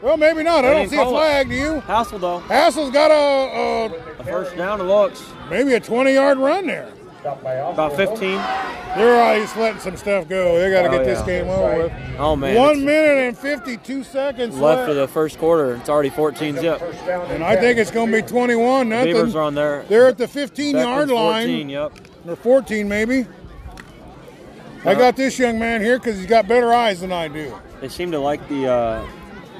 Speaker 1: Well, maybe not. I
Speaker 5: They
Speaker 1: don't
Speaker 5: didn't
Speaker 1: see a
Speaker 5: call it.
Speaker 1: flag. Do you?
Speaker 5: Hassel, though.
Speaker 1: Hassel's got a,
Speaker 5: A first down, it looks.
Speaker 1: a maybe a 20 yard run there.
Speaker 4: stopped by
Speaker 5: About 15.
Speaker 1: They're always letting some stuff go. They got to
Speaker 5: Oh,
Speaker 1: get this
Speaker 5: yeah.
Speaker 1: game over with.
Speaker 5: Oh, man.
Speaker 1: One
Speaker 5: it's
Speaker 1: minute and 52 seconds
Speaker 5: Left
Speaker 1: left.
Speaker 5: for the first quarter. It's already 14 zip.
Speaker 4: First down
Speaker 1: and I think it's going to be 21 nothing.
Speaker 5: Beavers are on there.
Speaker 1: They're at the 15 yard
Speaker 5: Beckman's 14,
Speaker 1: line,
Speaker 5: yep.
Speaker 1: or 14 maybe. I got this young man here because he's got better eyes than I do.
Speaker 5: They seem to like the uh,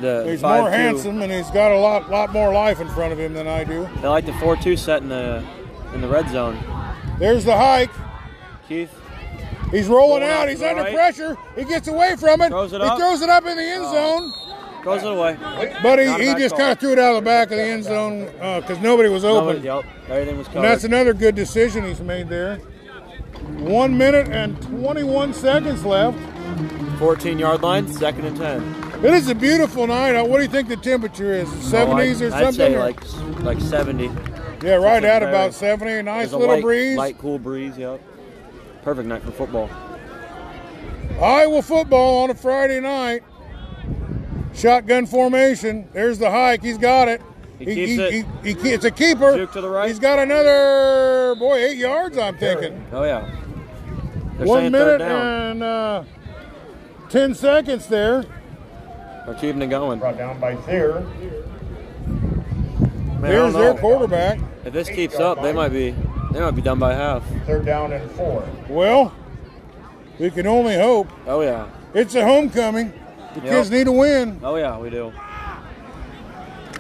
Speaker 5: the
Speaker 1: He's
Speaker 5: five
Speaker 1: more
Speaker 5: two.
Speaker 1: handsome and he's got a lot, lot more life in front of him than I do.
Speaker 5: They like the four two set in the in the red zone.
Speaker 1: There's the hike.
Speaker 5: Keith,
Speaker 1: He's rolling,
Speaker 5: Rolling out
Speaker 1: out.
Speaker 5: to
Speaker 1: He's
Speaker 5: the
Speaker 1: under
Speaker 5: right.
Speaker 1: pressure. He gets away from it.
Speaker 5: Throws it
Speaker 1: he
Speaker 5: up. Oh.
Speaker 1: throws it up in the end zone.
Speaker 5: throws it away.
Speaker 1: But he,
Speaker 5: Not a
Speaker 1: he
Speaker 5: bad
Speaker 1: just
Speaker 5: call.
Speaker 1: kind of threw it out of the back of the end zone because nobody was
Speaker 5: Nobody-
Speaker 1: open.
Speaker 5: Yep, everything was covered.
Speaker 1: And that's another good decision he's made there. One minute and 21 seconds left.
Speaker 5: 14 yard line, second and ten.
Speaker 1: It is a beautiful night. Uh, What do you think the temperature is? 70s or
Speaker 5: I'd,
Speaker 1: something?
Speaker 5: I'd say
Speaker 1: or-
Speaker 5: like like 70.
Speaker 1: yeah, right
Speaker 5: something
Speaker 1: at
Speaker 5: better.
Speaker 1: about 70. Nice
Speaker 5: There's a
Speaker 1: little
Speaker 5: light,
Speaker 1: breeze.
Speaker 5: light cool breeze. Yep. Perfect night for football.
Speaker 1: Iowa football on a Friday night. Shotgun formation. There's the hike. He's got it.
Speaker 5: He keeps it.
Speaker 1: he- he- it's a keeper.
Speaker 5: Juke to the right.
Speaker 1: He's got another, boy, eight yards, I'm thinking.
Speaker 5: Oh yeah. They're
Speaker 1: One
Speaker 5: saying third
Speaker 1: minute
Speaker 5: down.
Speaker 1: and uh, 10 seconds there.
Speaker 5: They're keeping it going. Man,
Speaker 4: Brought down by Thier.
Speaker 5: I
Speaker 1: There's
Speaker 5: don't
Speaker 1: their
Speaker 5: know.
Speaker 1: quarterback.
Speaker 5: If this keeps up, they might be they might be done by half.
Speaker 4: Third down and four.
Speaker 1: Well, we can only hope.
Speaker 5: Oh yeah.
Speaker 1: It's a homecoming. The
Speaker 5: Yep.
Speaker 1: kids need a win.
Speaker 5: Oh yeah, we do.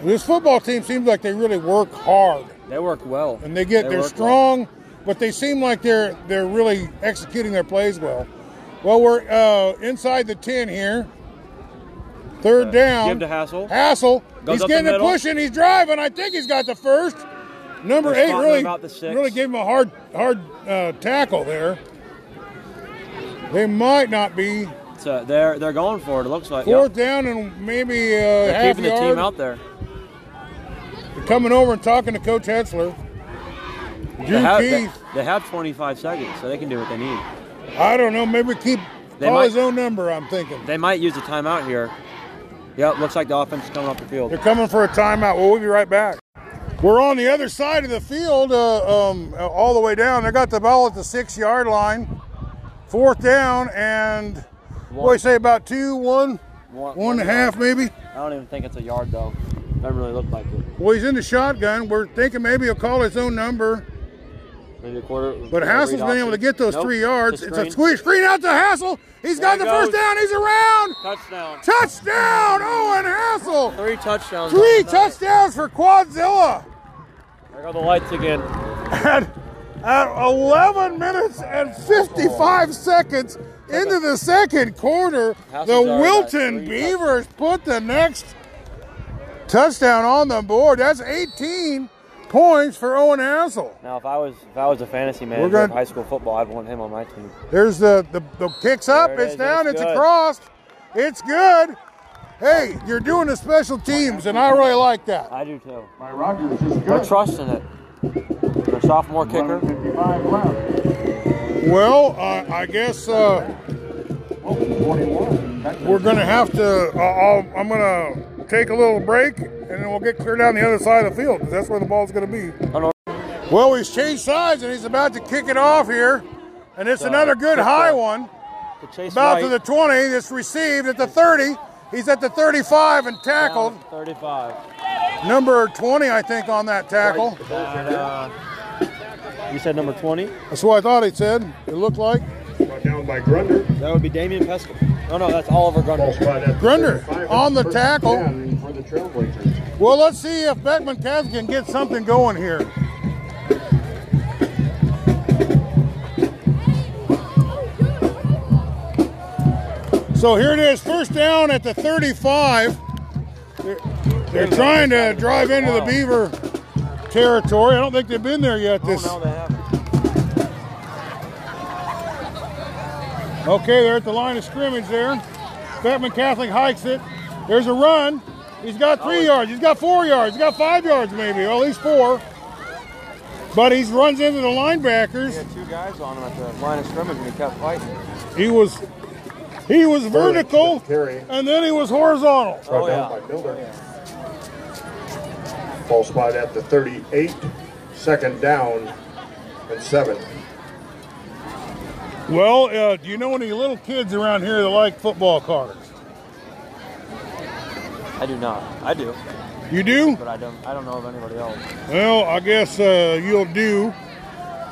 Speaker 1: This football team seems like they really work hard
Speaker 5: They work well.
Speaker 1: and they get
Speaker 5: They
Speaker 1: they are
Speaker 5: work
Speaker 1: strong, but they seem like they're they're really executing their plays well. Well, we're uh, inside the ten here. Third down.
Speaker 5: Give to Hassel.
Speaker 1: Hassel.
Speaker 5: Goes
Speaker 1: he's
Speaker 5: up the
Speaker 1: getting a
Speaker 5: middle.
Speaker 1: push and he's driving. I think he's got the first. Number
Speaker 5: They're
Speaker 1: eight
Speaker 5: spotting
Speaker 1: really,
Speaker 5: about the six.
Speaker 1: really gave him a hard hard uh, tackle there. They might not be
Speaker 5: So they're they're going for it. It looks like.
Speaker 1: fourth
Speaker 5: Yep.
Speaker 1: down and maybe uh,
Speaker 5: They're
Speaker 1: half
Speaker 5: keeping the
Speaker 1: yard.
Speaker 5: team out there.
Speaker 1: They're coming over and talking to Coach Hetzler.
Speaker 5: They
Speaker 1: Drew
Speaker 5: have, they,
Speaker 1: Keith,
Speaker 5: they have 25 seconds, so they can do what they need.
Speaker 1: I don't know. Maybe keep
Speaker 5: They
Speaker 1: all
Speaker 5: might-
Speaker 1: his own number. I'm thinking.
Speaker 5: They might use a timeout here. Yep, looks like the offense is coming off the field.
Speaker 1: They're coming for a timeout. Well, we'll be right back. We're on the other side of the field, uh, um, uh, all the way down. They got the ball at the six yard line. Fourth down, and what do you say about two, one,
Speaker 5: One-
Speaker 1: one and a
Speaker 5: one
Speaker 1: half maybe?
Speaker 5: I don't even think it's a yard though. Doesn't really look like it.
Speaker 1: Well, he's in the shotgun. We're thinking maybe he'll call his own number,
Speaker 5: Maybe a quarter.
Speaker 1: but Hassel's been able to get those three yards. It's a squeeze screen out to Hassel. He's got the
Speaker 5: There he
Speaker 1: first
Speaker 5: goes.
Speaker 1: down. He's around.
Speaker 5: Touchdown.
Speaker 1: Touchdown, Owen Hassel.
Speaker 5: Three touchdowns.
Speaker 1: Three
Speaker 5: on the night.
Speaker 1: touchdowns for Quadzilla.
Speaker 5: There go the lights again.
Speaker 1: at, at 11 minutes and 55 seconds into the second quarter,
Speaker 5: House
Speaker 1: the
Speaker 5: is already
Speaker 1: Wilton
Speaker 5: at three
Speaker 1: Beavers put the next touchdown on the board. That's 18 points for Owen Hassel.
Speaker 5: Now, if I was if I was a fantasy manager
Speaker 1: gonna-
Speaker 5: of high school football, I'd want him on my team.
Speaker 1: There's the, the, the kicks up,
Speaker 5: There it
Speaker 1: it's
Speaker 5: is,
Speaker 1: down,
Speaker 5: that's
Speaker 1: it's
Speaker 5: good.
Speaker 1: across, it's good. Hey, you're doing the special teams, and I really like that.
Speaker 5: I do too.
Speaker 4: By Rogers is
Speaker 5: They're
Speaker 4: good.
Speaker 5: trusting it. Their sophomore kicker.
Speaker 4: 55 left.
Speaker 1: Well, uh, I guess. Uh,
Speaker 4: Oh, 41. That's
Speaker 1: We're gonna have to. Uh, I'll, I'm gonna take a little break, and then we'll get clear down the other side of the field 'cause that's where the ball's gonna be.
Speaker 5: know.
Speaker 1: Well, he's changed sides, and he's about to kick it off here, and it's another good
Speaker 5: kick
Speaker 1: high
Speaker 5: off.
Speaker 1: one.
Speaker 5: To Chase
Speaker 1: About to
Speaker 5: White,
Speaker 1: the 20. It's received at the 30. He's at the 35 and tackled.
Speaker 5: down 35.
Speaker 1: Number 20, I think, on that tackle.
Speaker 5: And, uh, you said number 20?
Speaker 1: That's what I thought he said. It looked like
Speaker 4: brought down by Grunder.
Speaker 5: That would be Damian Pesco. Oh no, that's Oliver
Speaker 4: Ball
Speaker 5: Grundle.
Speaker 4: spot at the
Speaker 1: Grunder
Speaker 4: 35.
Speaker 1: on the
Speaker 4: First
Speaker 1: tackle.
Speaker 4: down For the Trailblazers.
Speaker 1: Well, let's see if Beckman Cavs can get something going here. So here it is, first down at the 35. They're, they're trying to drive into the Beaver territory. I don't think they've been there yet. This
Speaker 5: No, they haven't.
Speaker 1: okay, they're at the line of scrimmage there. Beckman Catholic hikes it. There's a run. He's got three yards. He's got four yards. He's got five yards maybe. Well, at least four. But he runs into the linebackers.
Speaker 5: He had two guys on him at the line of scrimmage and he kept fighting.
Speaker 1: He was he was vertical
Speaker 4: Terry.
Speaker 1: and then he was horizontal.
Speaker 4: Brought
Speaker 5: Oh,
Speaker 4: down
Speaker 5: yeah.
Speaker 4: by Miller. Ball spot at the 38. Second down and seven.
Speaker 1: Well, uh, do you know any little kids around here that like football cards?
Speaker 5: I do not. I do,
Speaker 1: You do?
Speaker 5: but I don't. I don't know of anybody else.
Speaker 1: Well, I guess uh, you'll do.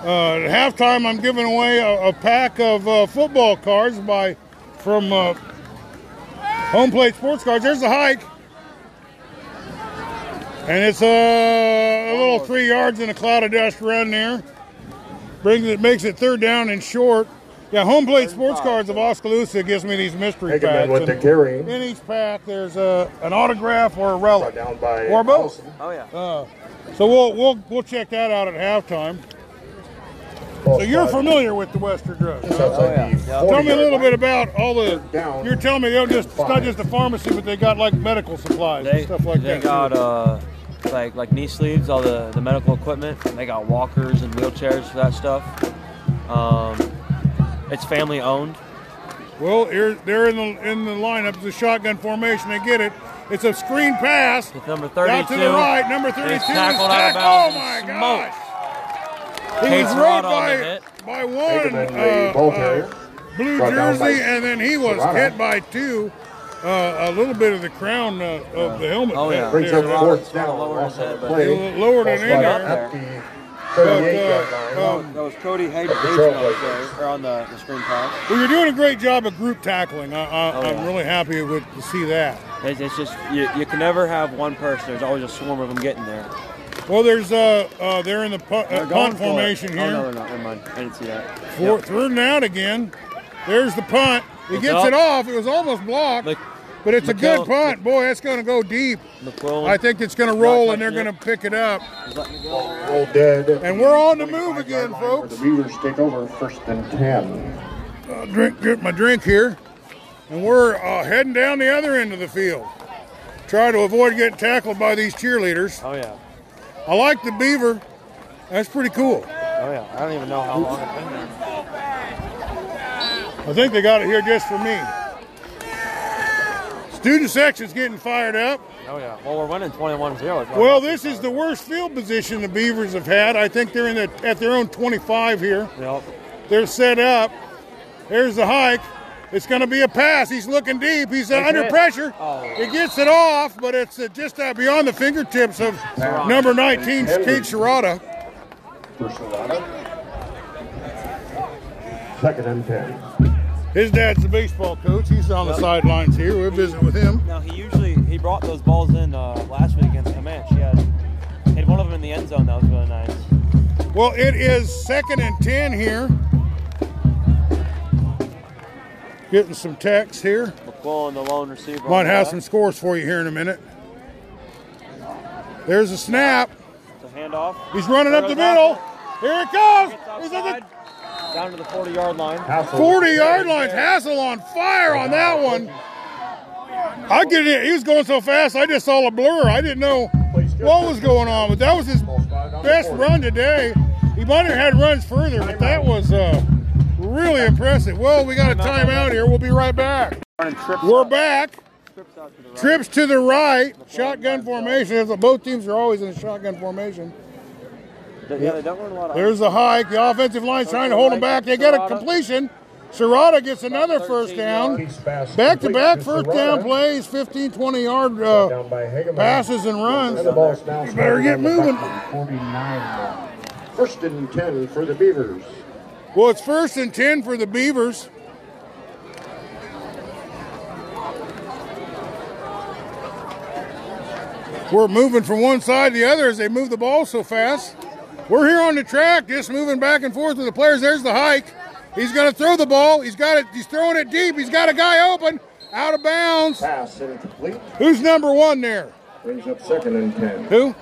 Speaker 1: Uh, at halftime, I'm giving away a, a pack of uh, football cards by from uh, Home Plate Sports Cards. There's the hike, and it's uh, a little three yards in a cloud of dust run there. Brings it, makes it third down and short. Yeah, Home Plate Sports Cards of Oskaloosa gives me these mystery
Speaker 4: Hickman
Speaker 1: packs.
Speaker 4: with the
Speaker 1: and
Speaker 4: carry.
Speaker 1: in each pack, there's a, an autograph or a
Speaker 4: Brought
Speaker 1: relic
Speaker 4: down by
Speaker 1: or both.
Speaker 4: Allison.
Speaker 5: Oh yeah.
Speaker 1: Uh, so we'll, we'll we'll check that out at halftime.
Speaker 4: Ball
Speaker 1: So you're
Speaker 4: spot
Speaker 1: familiar with the Western Drug. huh?
Speaker 5: Oh, yeah. Tell
Speaker 1: Tell me a little bit about all the.
Speaker 4: Down.
Speaker 1: You're telling me they're just it's not just the pharmacy, but they got like medical supplies and stuff like
Speaker 5: they
Speaker 1: that.
Speaker 5: got uh, like like knee sleeves, all the, the medical equipment. And they got walkers and wheelchairs for that stuff. Um, it's family owned,
Speaker 1: Well, here, they're in the in the lineup. It's a shotgun formation. They get it. It's a screen pass.
Speaker 5: It's number 32.
Speaker 1: Out to the right. Number
Speaker 5: and
Speaker 1: 32
Speaker 5: it's
Speaker 1: is
Speaker 5: tackled out of
Speaker 1: tackled. Oh
Speaker 5: bounds
Speaker 1: my
Speaker 5: and
Speaker 1: gosh!
Speaker 5: smoked.
Speaker 1: He was
Speaker 5: Kate's
Speaker 1: rolled
Speaker 5: rod on the
Speaker 1: by
Speaker 5: hit.
Speaker 1: by
Speaker 4: Taken
Speaker 1: one
Speaker 4: in the ball
Speaker 1: uh,
Speaker 4: carrier.
Speaker 1: uh, blue
Speaker 4: Brought down by
Speaker 1: jersey, and then he was
Speaker 4: Serrano.
Speaker 1: hit by two. Uh, a little bit of the crown uh, of the helmet.
Speaker 5: Oh, yeah.
Speaker 1: back
Speaker 4: Brings
Speaker 1: there.
Speaker 4: up fourth down.
Speaker 5: Lower
Speaker 4: Loss
Speaker 5: his head,
Speaker 4: of the
Speaker 5: but-
Speaker 4: play.
Speaker 1: Lowered it
Speaker 4: Ball's
Speaker 1: in
Speaker 4: right
Speaker 1: there.
Speaker 4: At the 38
Speaker 1: But,
Speaker 4: yard
Speaker 1: uh,
Speaker 4: line.
Speaker 1: um,
Speaker 5: That was Cody Hay-
Speaker 4: Control
Speaker 5: Hayden out there, or on the, the screen pass.
Speaker 1: Well, you're doing a great job of group tackling. I, I,
Speaker 5: Oh,
Speaker 1: I'm
Speaker 5: yeah.
Speaker 1: really happy with to see that.
Speaker 5: It's, it's just, you, you can never have one person. There's always a swarm of them getting there.
Speaker 1: Well, there's uh, uh they're in the pu-
Speaker 5: They're
Speaker 1: uh,
Speaker 5: going
Speaker 1: punt
Speaker 5: for it.
Speaker 1: formation
Speaker 5: Oh, no,
Speaker 1: here.
Speaker 5: they're not. Never mind. I didn't see that.
Speaker 1: Four, Third and out again. There's the punt. He
Speaker 5: It's
Speaker 1: gets
Speaker 5: up.
Speaker 1: it off. It was almost blocked,
Speaker 5: Mc-
Speaker 1: but it's a good
Speaker 5: McKell-
Speaker 1: punt. Boy, that's going to go deep.
Speaker 5: McClellan.
Speaker 1: I think it's going to roll, and they're
Speaker 5: touching
Speaker 1: going
Speaker 5: it.
Speaker 1: to pick it up.
Speaker 4: Roll dead. at
Speaker 1: And
Speaker 4: the
Speaker 1: we're on the
Speaker 4: 25
Speaker 1: move
Speaker 4: yard
Speaker 1: again,
Speaker 4: line where
Speaker 1: folks.
Speaker 4: The Beavers take over first and 10.
Speaker 1: I'll Uh, drink, get my drink here, and we're uh, heading down the other end of the field. Try to avoid getting tackled by these cheerleaders.
Speaker 5: Oh, yeah.
Speaker 1: I like the beaver. That's pretty cool.
Speaker 5: Oh, yeah. I don't even know how long it's been there.
Speaker 1: I think they got it here just for me. Student section's getting fired up.
Speaker 5: Oh, yeah. Well, we're winning 21 0.
Speaker 1: Well, this is the worst field position the Beavers have had. I think they're in the, at their own 25 here.
Speaker 5: Yep.
Speaker 1: They're set up. Here's the hike. It's going to be a pass. He's looking deep. He's uh, under
Speaker 5: it.
Speaker 1: pressure.
Speaker 5: Oh.
Speaker 1: He gets it off, but it's uh, just uh, beyond the fingertips of number 19, Kate Sherrata.
Speaker 4: Second and ten.
Speaker 1: His dad's the baseball coach. He's on the sidelines here. We're visiting with him.
Speaker 5: Now he usually he brought those balls in uh, last week against Comanche. He had, he had one of them in the end zone. That was really nice.
Speaker 1: Well, it is second and 10 here. Getting some text here.
Speaker 5: McClellan, the lone receiver. on
Speaker 1: Might
Speaker 5: the
Speaker 1: have
Speaker 5: left.
Speaker 1: some scores for you here in a minute. There's a snap.
Speaker 5: It's a handoff.
Speaker 1: He's running up the middle. Here it goes.
Speaker 5: Gets
Speaker 1: He's at
Speaker 5: outside, down to the 40 yard line.
Speaker 1: the 40 yard line. Hassel on fire on that one. I get it. He was going so fast, I just saw a blur. I didn't know what was going on, but that was his best run today. He might have had runs further, but that was uh, really impressive. Well, we got a timeout here. We'll be right back.
Speaker 5: Running trips
Speaker 1: We're
Speaker 5: out-
Speaker 1: back.
Speaker 5: trips out to the right.
Speaker 1: Trips to the right, shotgun formation. That's what- Both teams are always in shotgun formation.
Speaker 5: Yeah, they don't run a lot of.
Speaker 1: There's the hike. The offensive line's trying to hold them back. They get a completion. Serrata gets another first down. Back to back first down plays, 15, 20 yard uh,
Speaker 4: Down by Hageman.
Speaker 1: passes and
Speaker 4: And the
Speaker 1: runs.
Speaker 4: ball's now
Speaker 1: better get
Speaker 4: starting on the
Speaker 1: moving.
Speaker 4: back of the 49. First and ten for the Beavers.
Speaker 1: Well, it's first and 10 for the Beavers. We're moving from one side to the other as they move the ball so fast. We're here on the track, just moving back and forth with the players. There's the hike. He's going to throw the ball. He's got it. He's throwing it deep. He's got a guy open, out of bounds.
Speaker 4: Pass incomplete.
Speaker 1: Who's number one there?
Speaker 4: Brings up second and ten.
Speaker 1: Who?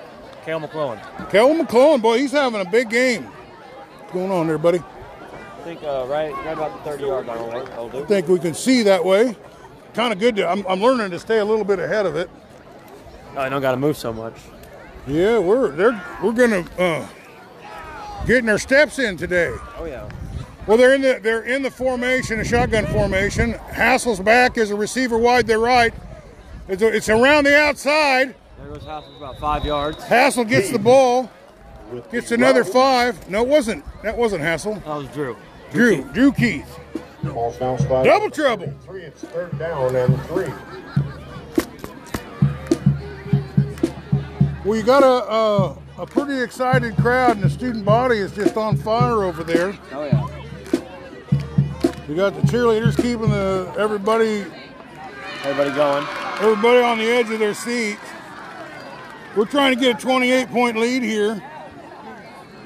Speaker 5: Kale McClellan.
Speaker 1: Kelvin McClellan. Boy, he's having a big game. What's going on there, buddy?
Speaker 5: I think uh, right, right about the 30 yard line. will work. That'll do.
Speaker 1: think we can see that way. Kind of good. To, I'm, I'm learning to stay a little bit ahead of it.
Speaker 5: I don't got to move so much.
Speaker 1: Yeah, we're they're we're gonna uh, getting our steps in today.
Speaker 5: Oh yeah.
Speaker 1: Well, they're in the they're in the formation, a shotgun formation. Hassel's back is a receiver wide. They're right. It's, it's around the outside.
Speaker 5: There goes half of about five yards.
Speaker 1: Hassel gets the ball, gets another five. No, it wasn't that wasn't Hassel.
Speaker 5: That was Drew.
Speaker 1: Drew Drew Keith.
Speaker 4: Ball's now sliding.
Speaker 1: Double trouble.
Speaker 4: Three. It's third down and three.
Speaker 1: Well, you got a uh, a pretty excited crowd, and the student body is just on fire over there.
Speaker 5: Oh yeah.
Speaker 1: We got the cheerleaders keeping the everybody
Speaker 5: Everybody going.
Speaker 1: everybody on the edge of their seat. We're trying to get a 28 point lead here,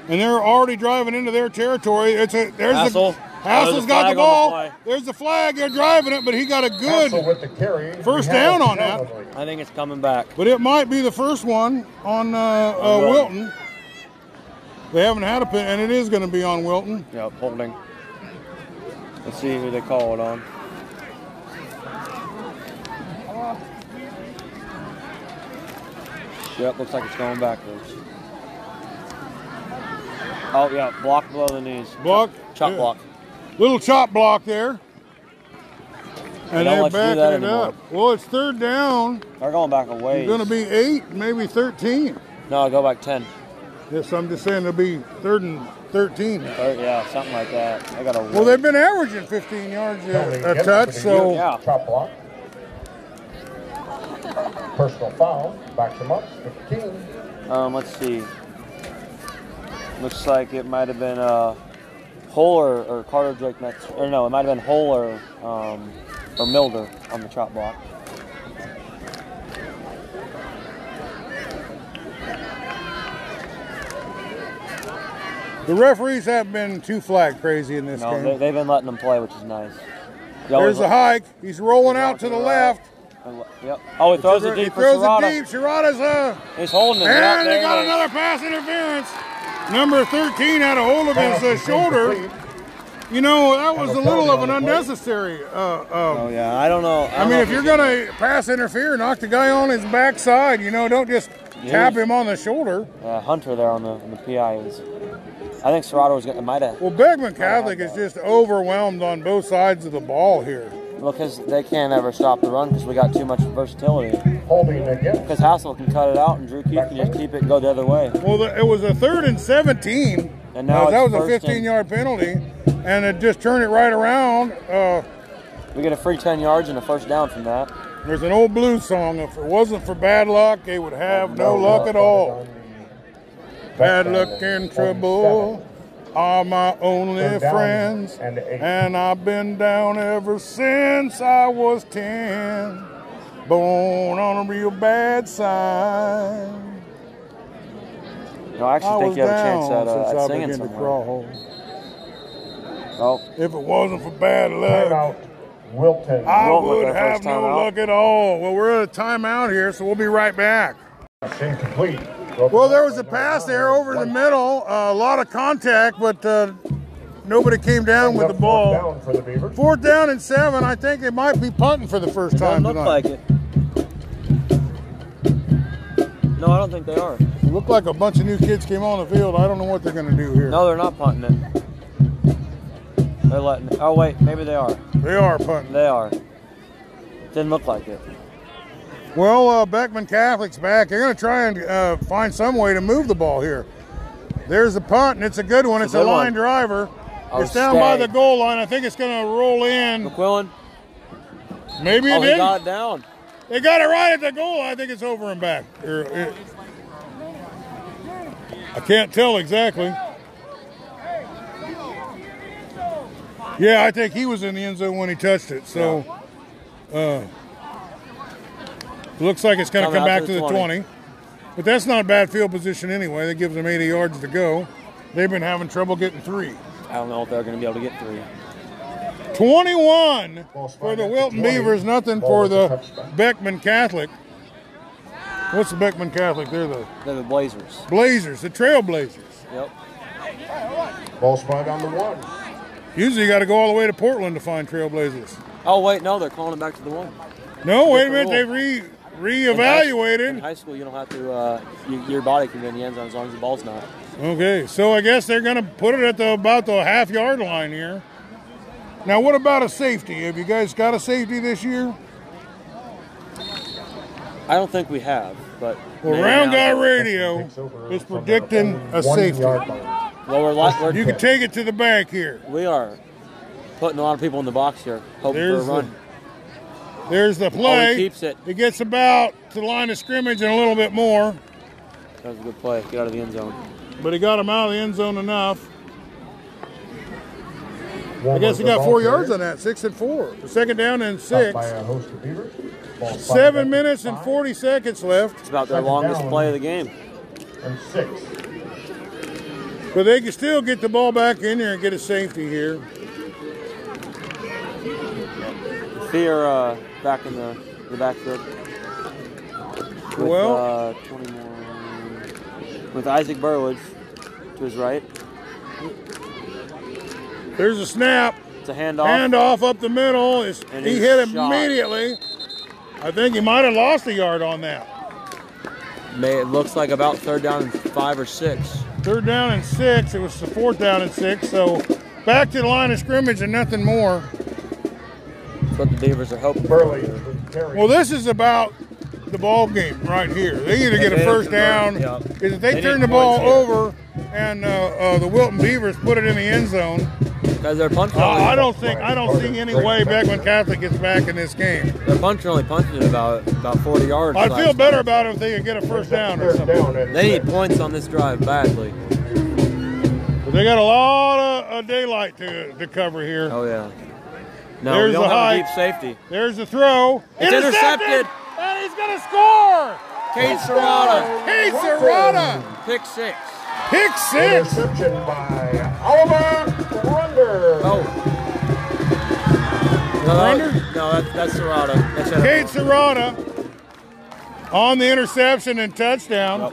Speaker 1: and they're already driving into their territory. It's a there's
Speaker 5: Hassel.
Speaker 1: the
Speaker 5: There's
Speaker 1: Hassel's
Speaker 5: a
Speaker 1: got
Speaker 5: flag on
Speaker 1: the
Speaker 5: the
Speaker 1: ball.
Speaker 5: play.
Speaker 1: there's the flag. They're driving it, but he got a good,
Speaker 4: Hassel with the carry.
Speaker 1: First
Speaker 4: We have
Speaker 1: down on that.
Speaker 4: Calvin.
Speaker 5: I think it's coming back.
Speaker 1: but it might be the first one on uh, uh,
Speaker 5: Wilton.
Speaker 1: Wilton. They haven't had a pin, and it is going to be on Wilton.
Speaker 5: Yeah, holding. Let's see who they call it on. Yep, looks like it's going backwards. Oh yeah, block below the knees.
Speaker 1: Block. Uh,
Speaker 5: Chop
Speaker 1: Yeah.
Speaker 5: block.
Speaker 1: Little chop block there.
Speaker 5: They
Speaker 1: And
Speaker 5: don't
Speaker 1: they're
Speaker 5: let you do that
Speaker 1: backing it
Speaker 5: anymore.
Speaker 1: up. Well, it's third down.
Speaker 5: They're going back a ways.
Speaker 1: It's going to be eight, maybe 13.
Speaker 5: no, go back ten.
Speaker 1: Yes, I'm just saying it'll be third and 13.
Speaker 5: Or, yeah, something like that. They got a.
Speaker 1: Well, they've been averaging 15 yards a, a touch, so
Speaker 5: Yeah.
Speaker 4: Drop block. Personal foul. Backs him up. 15.
Speaker 5: Um, let's see. Looks like it might have been uh, Hole or, or Carter Drake next. Or no, it might have been Hole or, um, or Milder on the chop block.
Speaker 1: the referees have been too flag crazy in this
Speaker 5: No,
Speaker 1: game.
Speaker 5: they, they've been letting them play, which is nice. He always
Speaker 1: There's a hike. He's rolling out to the left.
Speaker 5: let- Yep. Oh, he throws it
Speaker 1: he
Speaker 5: deep for
Speaker 1: throws it
Speaker 5: Serrata.
Speaker 1: deep. uh, Serrata's a.
Speaker 5: He's holding it. Yeah,
Speaker 1: And
Speaker 5: there
Speaker 1: they got
Speaker 5: it is.
Speaker 1: another pass interference. Number 13 had a hold of his uh, shoulder. You know, that was a little of an unnecessary. Uh, um,
Speaker 5: Oh yeah, I don't know.
Speaker 1: I mean,
Speaker 5: don't know
Speaker 1: if you're going to pass interfere, knock the guy on his backside. You know, don't just tap him on the shoulder.
Speaker 5: Yeah, Hunter there on the, on the PI is. I think Serrato was gonna might have.
Speaker 1: Well, Beckman Catholic is just overwhelmed on both sides of the ball here.
Speaker 5: because they can't ever stop the run because we got too much versatility.
Speaker 4: Holding again.
Speaker 5: Because Hassel can cut it out and Drew Keith can just keep it and go the other way.
Speaker 1: Well, the, it was a third and 17.
Speaker 5: And now
Speaker 1: Uh, that
Speaker 5: it's
Speaker 1: was a
Speaker 5: first and-
Speaker 1: 15 yard penalty. And it just turned it right around. Uh,
Speaker 5: We get a free 10 yards and a first down from that.
Speaker 1: there's an old blues song. If it wasn't for bad luck, they would have no luck at all. Bad luck and trouble are my only
Speaker 4: Third down
Speaker 1: friends.
Speaker 4: and eight.
Speaker 1: And I've been down ever since I was 10. Born on a real bad side.
Speaker 5: No, I actually
Speaker 1: I
Speaker 5: think
Speaker 1: was
Speaker 5: you have a
Speaker 1: down
Speaker 5: chance at, uh,
Speaker 1: since
Speaker 5: at
Speaker 1: I
Speaker 5: singing
Speaker 1: began to
Speaker 5: somewhere.
Speaker 1: crawl.
Speaker 5: Oh,
Speaker 1: If it wasn't for bad luck,
Speaker 4: Timeout. Wilton.
Speaker 1: I
Speaker 5: Walt with
Speaker 1: would
Speaker 5: our
Speaker 1: have
Speaker 5: first
Speaker 1: no
Speaker 5: timeout.
Speaker 1: luck at all. Well, we're at a timeout here, so we'll be right back.
Speaker 4: Incomplete.
Speaker 1: Well, there was a pass there over the middle, uh, a lot of contact, but uh, nobody came down with the ball.
Speaker 4: Down for the Beavers.
Speaker 1: Fourth down and seven. I think they might be punting for the first time
Speaker 5: doesn't look
Speaker 1: tonight.
Speaker 5: like it. No, I don't think they are.
Speaker 1: It looked like a bunch of new kids came on the field. I don't know what they're going to do here.
Speaker 5: No, they're not punting it. They're letting it. Oh, wait, maybe they are.
Speaker 1: They are punting.
Speaker 5: They are. Didn't look like it.
Speaker 1: Well, uh, Beckman Catholic's back. They're going to try and uh, find some way to move the ball here. There's a punt, and it's a good one. It's,
Speaker 5: a
Speaker 1: a,
Speaker 5: good
Speaker 1: line
Speaker 5: one.
Speaker 1: driver.
Speaker 5: Oh,
Speaker 1: it's down by
Speaker 5: stay.
Speaker 1: the goal line. I think it's going to roll in.
Speaker 5: McQuillan?
Speaker 1: Maybe it
Speaker 5: Oh, he
Speaker 1: didn't.
Speaker 5: got it down.
Speaker 1: They got it right at the goal. I think it's over and back. Or it- I can't tell exactly. Yeah, I think he was in the end zone when he touched it. So, uh, looks like it's going to
Speaker 5: Coming
Speaker 1: come
Speaker 5: out
Speaker 1: back to the 20. But that's not a bad field position anyway. That gives them 80 yards to go. They've been having trouble getting three.
Speaker 5: I don't know if they're going to be able to get three.
Speaker 1: 21 for the Wilton
Speaker 4: 20.
Speaker 1: Beavers, nothing
Speaker 4: Ball
Speaker 1: for
Speaker 4: was a
Speaker 1: the
Speaker 4: touchback.
Speaker 1: Beckman Catholic. What's the Beckman Catholic? They're the
Speaker 5: They're the Blazers.
Speaker 1: Blazers, the Trailblazers.
Speaker 5: Yep.
Speaker 4: Ball spot on the one.
Speaker 1: Usually you got to go all the way to Portland to find Trailblazers.
Speaker 5: Oh, wait, no, they're calling it back to the one.
Speaker 1: No, wait a minute,
Speaker 5: Different
Speaker 1: they
Speaker 5: rule.
Speaker 1: re
Speaker 5: In high- In
Speaker 1: reevaluated.
Speaker 5: high school, you don't have to. Uh, you, your body can get in the end zone as long as the ball's not.
Speaker 1: Okay, so I guess they're going to put it at the about the half yard line here. Now, what about a safety? Have you guys got a safety this year?
Speaker 5: I don't think we have, but uh,
Speaker 1: Well,
Speaker 5: maybe
Speaker 1: Round
Speaker 5: now-
Speaker 1: Guy Radio is predicting a safety.
Speaker 5: Well, we're, li- we're
Speaker 1: You can take it to the bank here.
Speaker 5: we are putting a lot of people in the box here, hoping
Speaker 1: There's
Speaker 5: for
Speaker 1: the
Speaker 5: a run.
Speaker 1: There's the play.
Speaker 5: Oh, keeps it.
Speaker 1: He gets about to the line of scrimmage and a little bit more,
Speaker 5: That was a good play. Get out of the end zone.
Speaker 1: but he got him out of the end zone enough. I guess he got four yards on that, six and four. Second down and six.
Speaker 4: By a host of Beavers. Ball spotted back
Speaker 1: Seven
Speaker 4: to
Speaker 1: minutes and
Speaker 4: five
Speaker 1: 40 seconds left,
Speaker 5: It's about their
Speaker 4: Second
Speaker 5: longest
Speaker 4: down.
Speaker 5: play of the game.
Speaker 4: And six.
Speaker 1: but they can still get the ball back in there and get a safety here.
Speaker 5: Fear uh, back in the, the backfield. With,
Speaker 1: Well-
Speaker 5: uh, 20 more. With Isaac Burwood to his right.
Speaker 1: There's a snap,
Speaker 5: It's a handoff.
Speaker 1: handoff up the middle. It's,
Speaker 5: And
Speaker 1: he
Speaker 5: he's
Speaker 1: hit
Speaker 5: shot.
Speaker 1: immediately. I think he might have lost a yard on that.
Speaker 5: May, it looks like about third down and five or six.
Speaker 1: Third down and six. It was the fourth down and six. So back to the line of scrimmage and nothing more.
Speaker 5: That's what the Beavers are hoping. for.
Speaker 4: Burley carries.
Speaker 1: Well, this is about the ball game right here. They either get a
Speaker 5: They
Speaker 1: first
Speaker 5: convert,
Speaker 1: down.
Speaker 5: yeah.
Speaker 1: Is if they,
Speaker 5: They
Speaker 1: turn
Speaker 5: need
Speaker 1: the ball
Speaker 5: points here.
Speaker 1: over and uh, uh, the Wilton Beavers put it in the end zone,
Speaker 5: Guys, their punter,
Speaker 1: uh, I
Speaker 5: only,
Speaker 1: don't think I don't see any way Beckman Catholic gets back in this game.
Speaker 5: their punter only punted it about about 40 yards.
Speaker 1: I'd
Speaker 5: last
Speaker 1: feel better
Speaker 5: time.
Speaker 1: about it if they could get a first down or
Speaker 4: Third
Speaker 1: something.
Speaker 4: down and
Speaker 5: They need points on this drive badly.
Speaker 1: But they got a lot of uh, daylight to, to cover here.
Speaker 5: Oh yeah. No,
Speaker 1: There's
Speaker 5: we don't
Speaker 1: the
Speaker 5: have
Speaker 1: high.
Speaker 5: a deep safety.
Speaker 1: There's the throw.
Speaker 5: It's intercepted.
Speaker 1: And he's going to score.
Speaker 5: Kate Serrata,
Speaker 1: Hey, Serrata.
Speaker 5: pick six.
Speaker 1: Pick six.
Speaker 4: Interception by Oliver Runder.
Speaker 5: Oh. No, that-
Speaker 1: Runner?
Speaker 5: no that, that's Serrata. That's it.
Speaker 1: Kate Serrata on the interception and touchdown.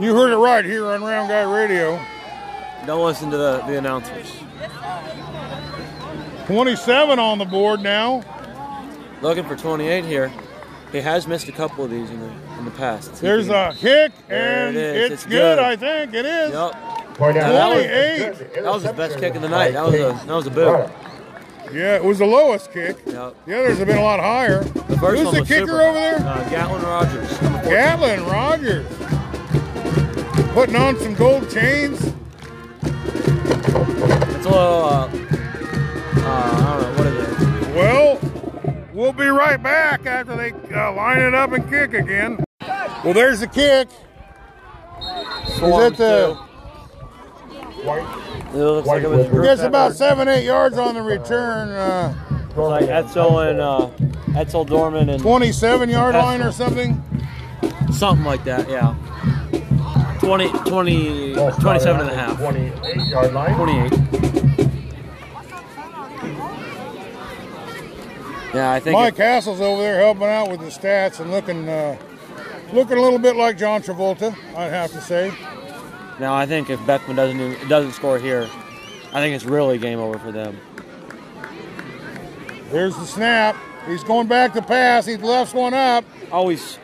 Speaker 1: You heard it right here on Round Guy Radio.
Speaker 5: Don't listen to the, the announcers.
Speaker 1: 27 on the board now.
Speaker 5: Looking for 28 here. He has missed a couple of these in the, in the past.
Speaker 1: There's a kick,
Speaker 5: There
Speaker 1: and
Speaker 5: it is.
Speaker 1: it's,
Speaker 5: It's
Speaker 1: good,
Speaker 5: good.
Speaker 1: I think. It is.
Speaker 5: Yep.
Speaker 4: Point out.
Speaker 5: Now, that was-
Speaker 4: Good
Speaker 5: That was his best
Speaker 4: interception
Speaker 5: kick of the night.
Speaker 4: by
Speaker 5: That was a
Speaker 4: Kate
Speaker 5: that was a boot.
Speaker 4: Rutter.
Speaker 1: Yeah, it was the lowest kick.
Speaker 5: Yep.
Speaker 1: The others have been a lot higher.
Speaker 5: The first
Speaker 1: Who's
Speaker 5: one
Speaker 1: the
Speaker 5: was
Speaker 1: kicker
Speaker 5: super.
Speaker 1: over there?
Speaker 5: Uh, Gatlin Rogers. number four.
Speaker 1: Gatlin Rogers. Putting on some gold chains.
Speaker 5: It's a little. Uh, uh, I don't know what it is.
Speaker 1: Well, we'll be right back after they uh, line it up and kick again. Well, there's the kick.
Speaker 5: Four
Speaker 1: it the-
Speaker 5: and
Speaker 4: White.
Speaker 5: two. It looks like it was.
Speaker 4: White-
Speaker 1: Gets about seven, eight yards on the return. Uh,
Speaker 5: Like Etzel and uh, Etzel Dorman and
Speaker 1: 27 yard line or something.
Speaker 5: something like that. Yeah. 20, 20,
Speaker 1: Oh,
Speaker 5: 27 and a half.
Speaker 4: 28 yard line.
Speaker 5: 28. Yeah, I think.
Speaker 1: Mike
Speaker 5: it-
Speaker 1: Castle's over there helping out with the stats and looking, uh, looking a little bit like John Travolta, I'd have to say.
Speaker 5: now I think if Beckman doesn't even- doesn't score here, I think it's really game over for them.
Speaker 1: There's the snap. He's going back to pass. He lefts one up.
Speaker 5: Always.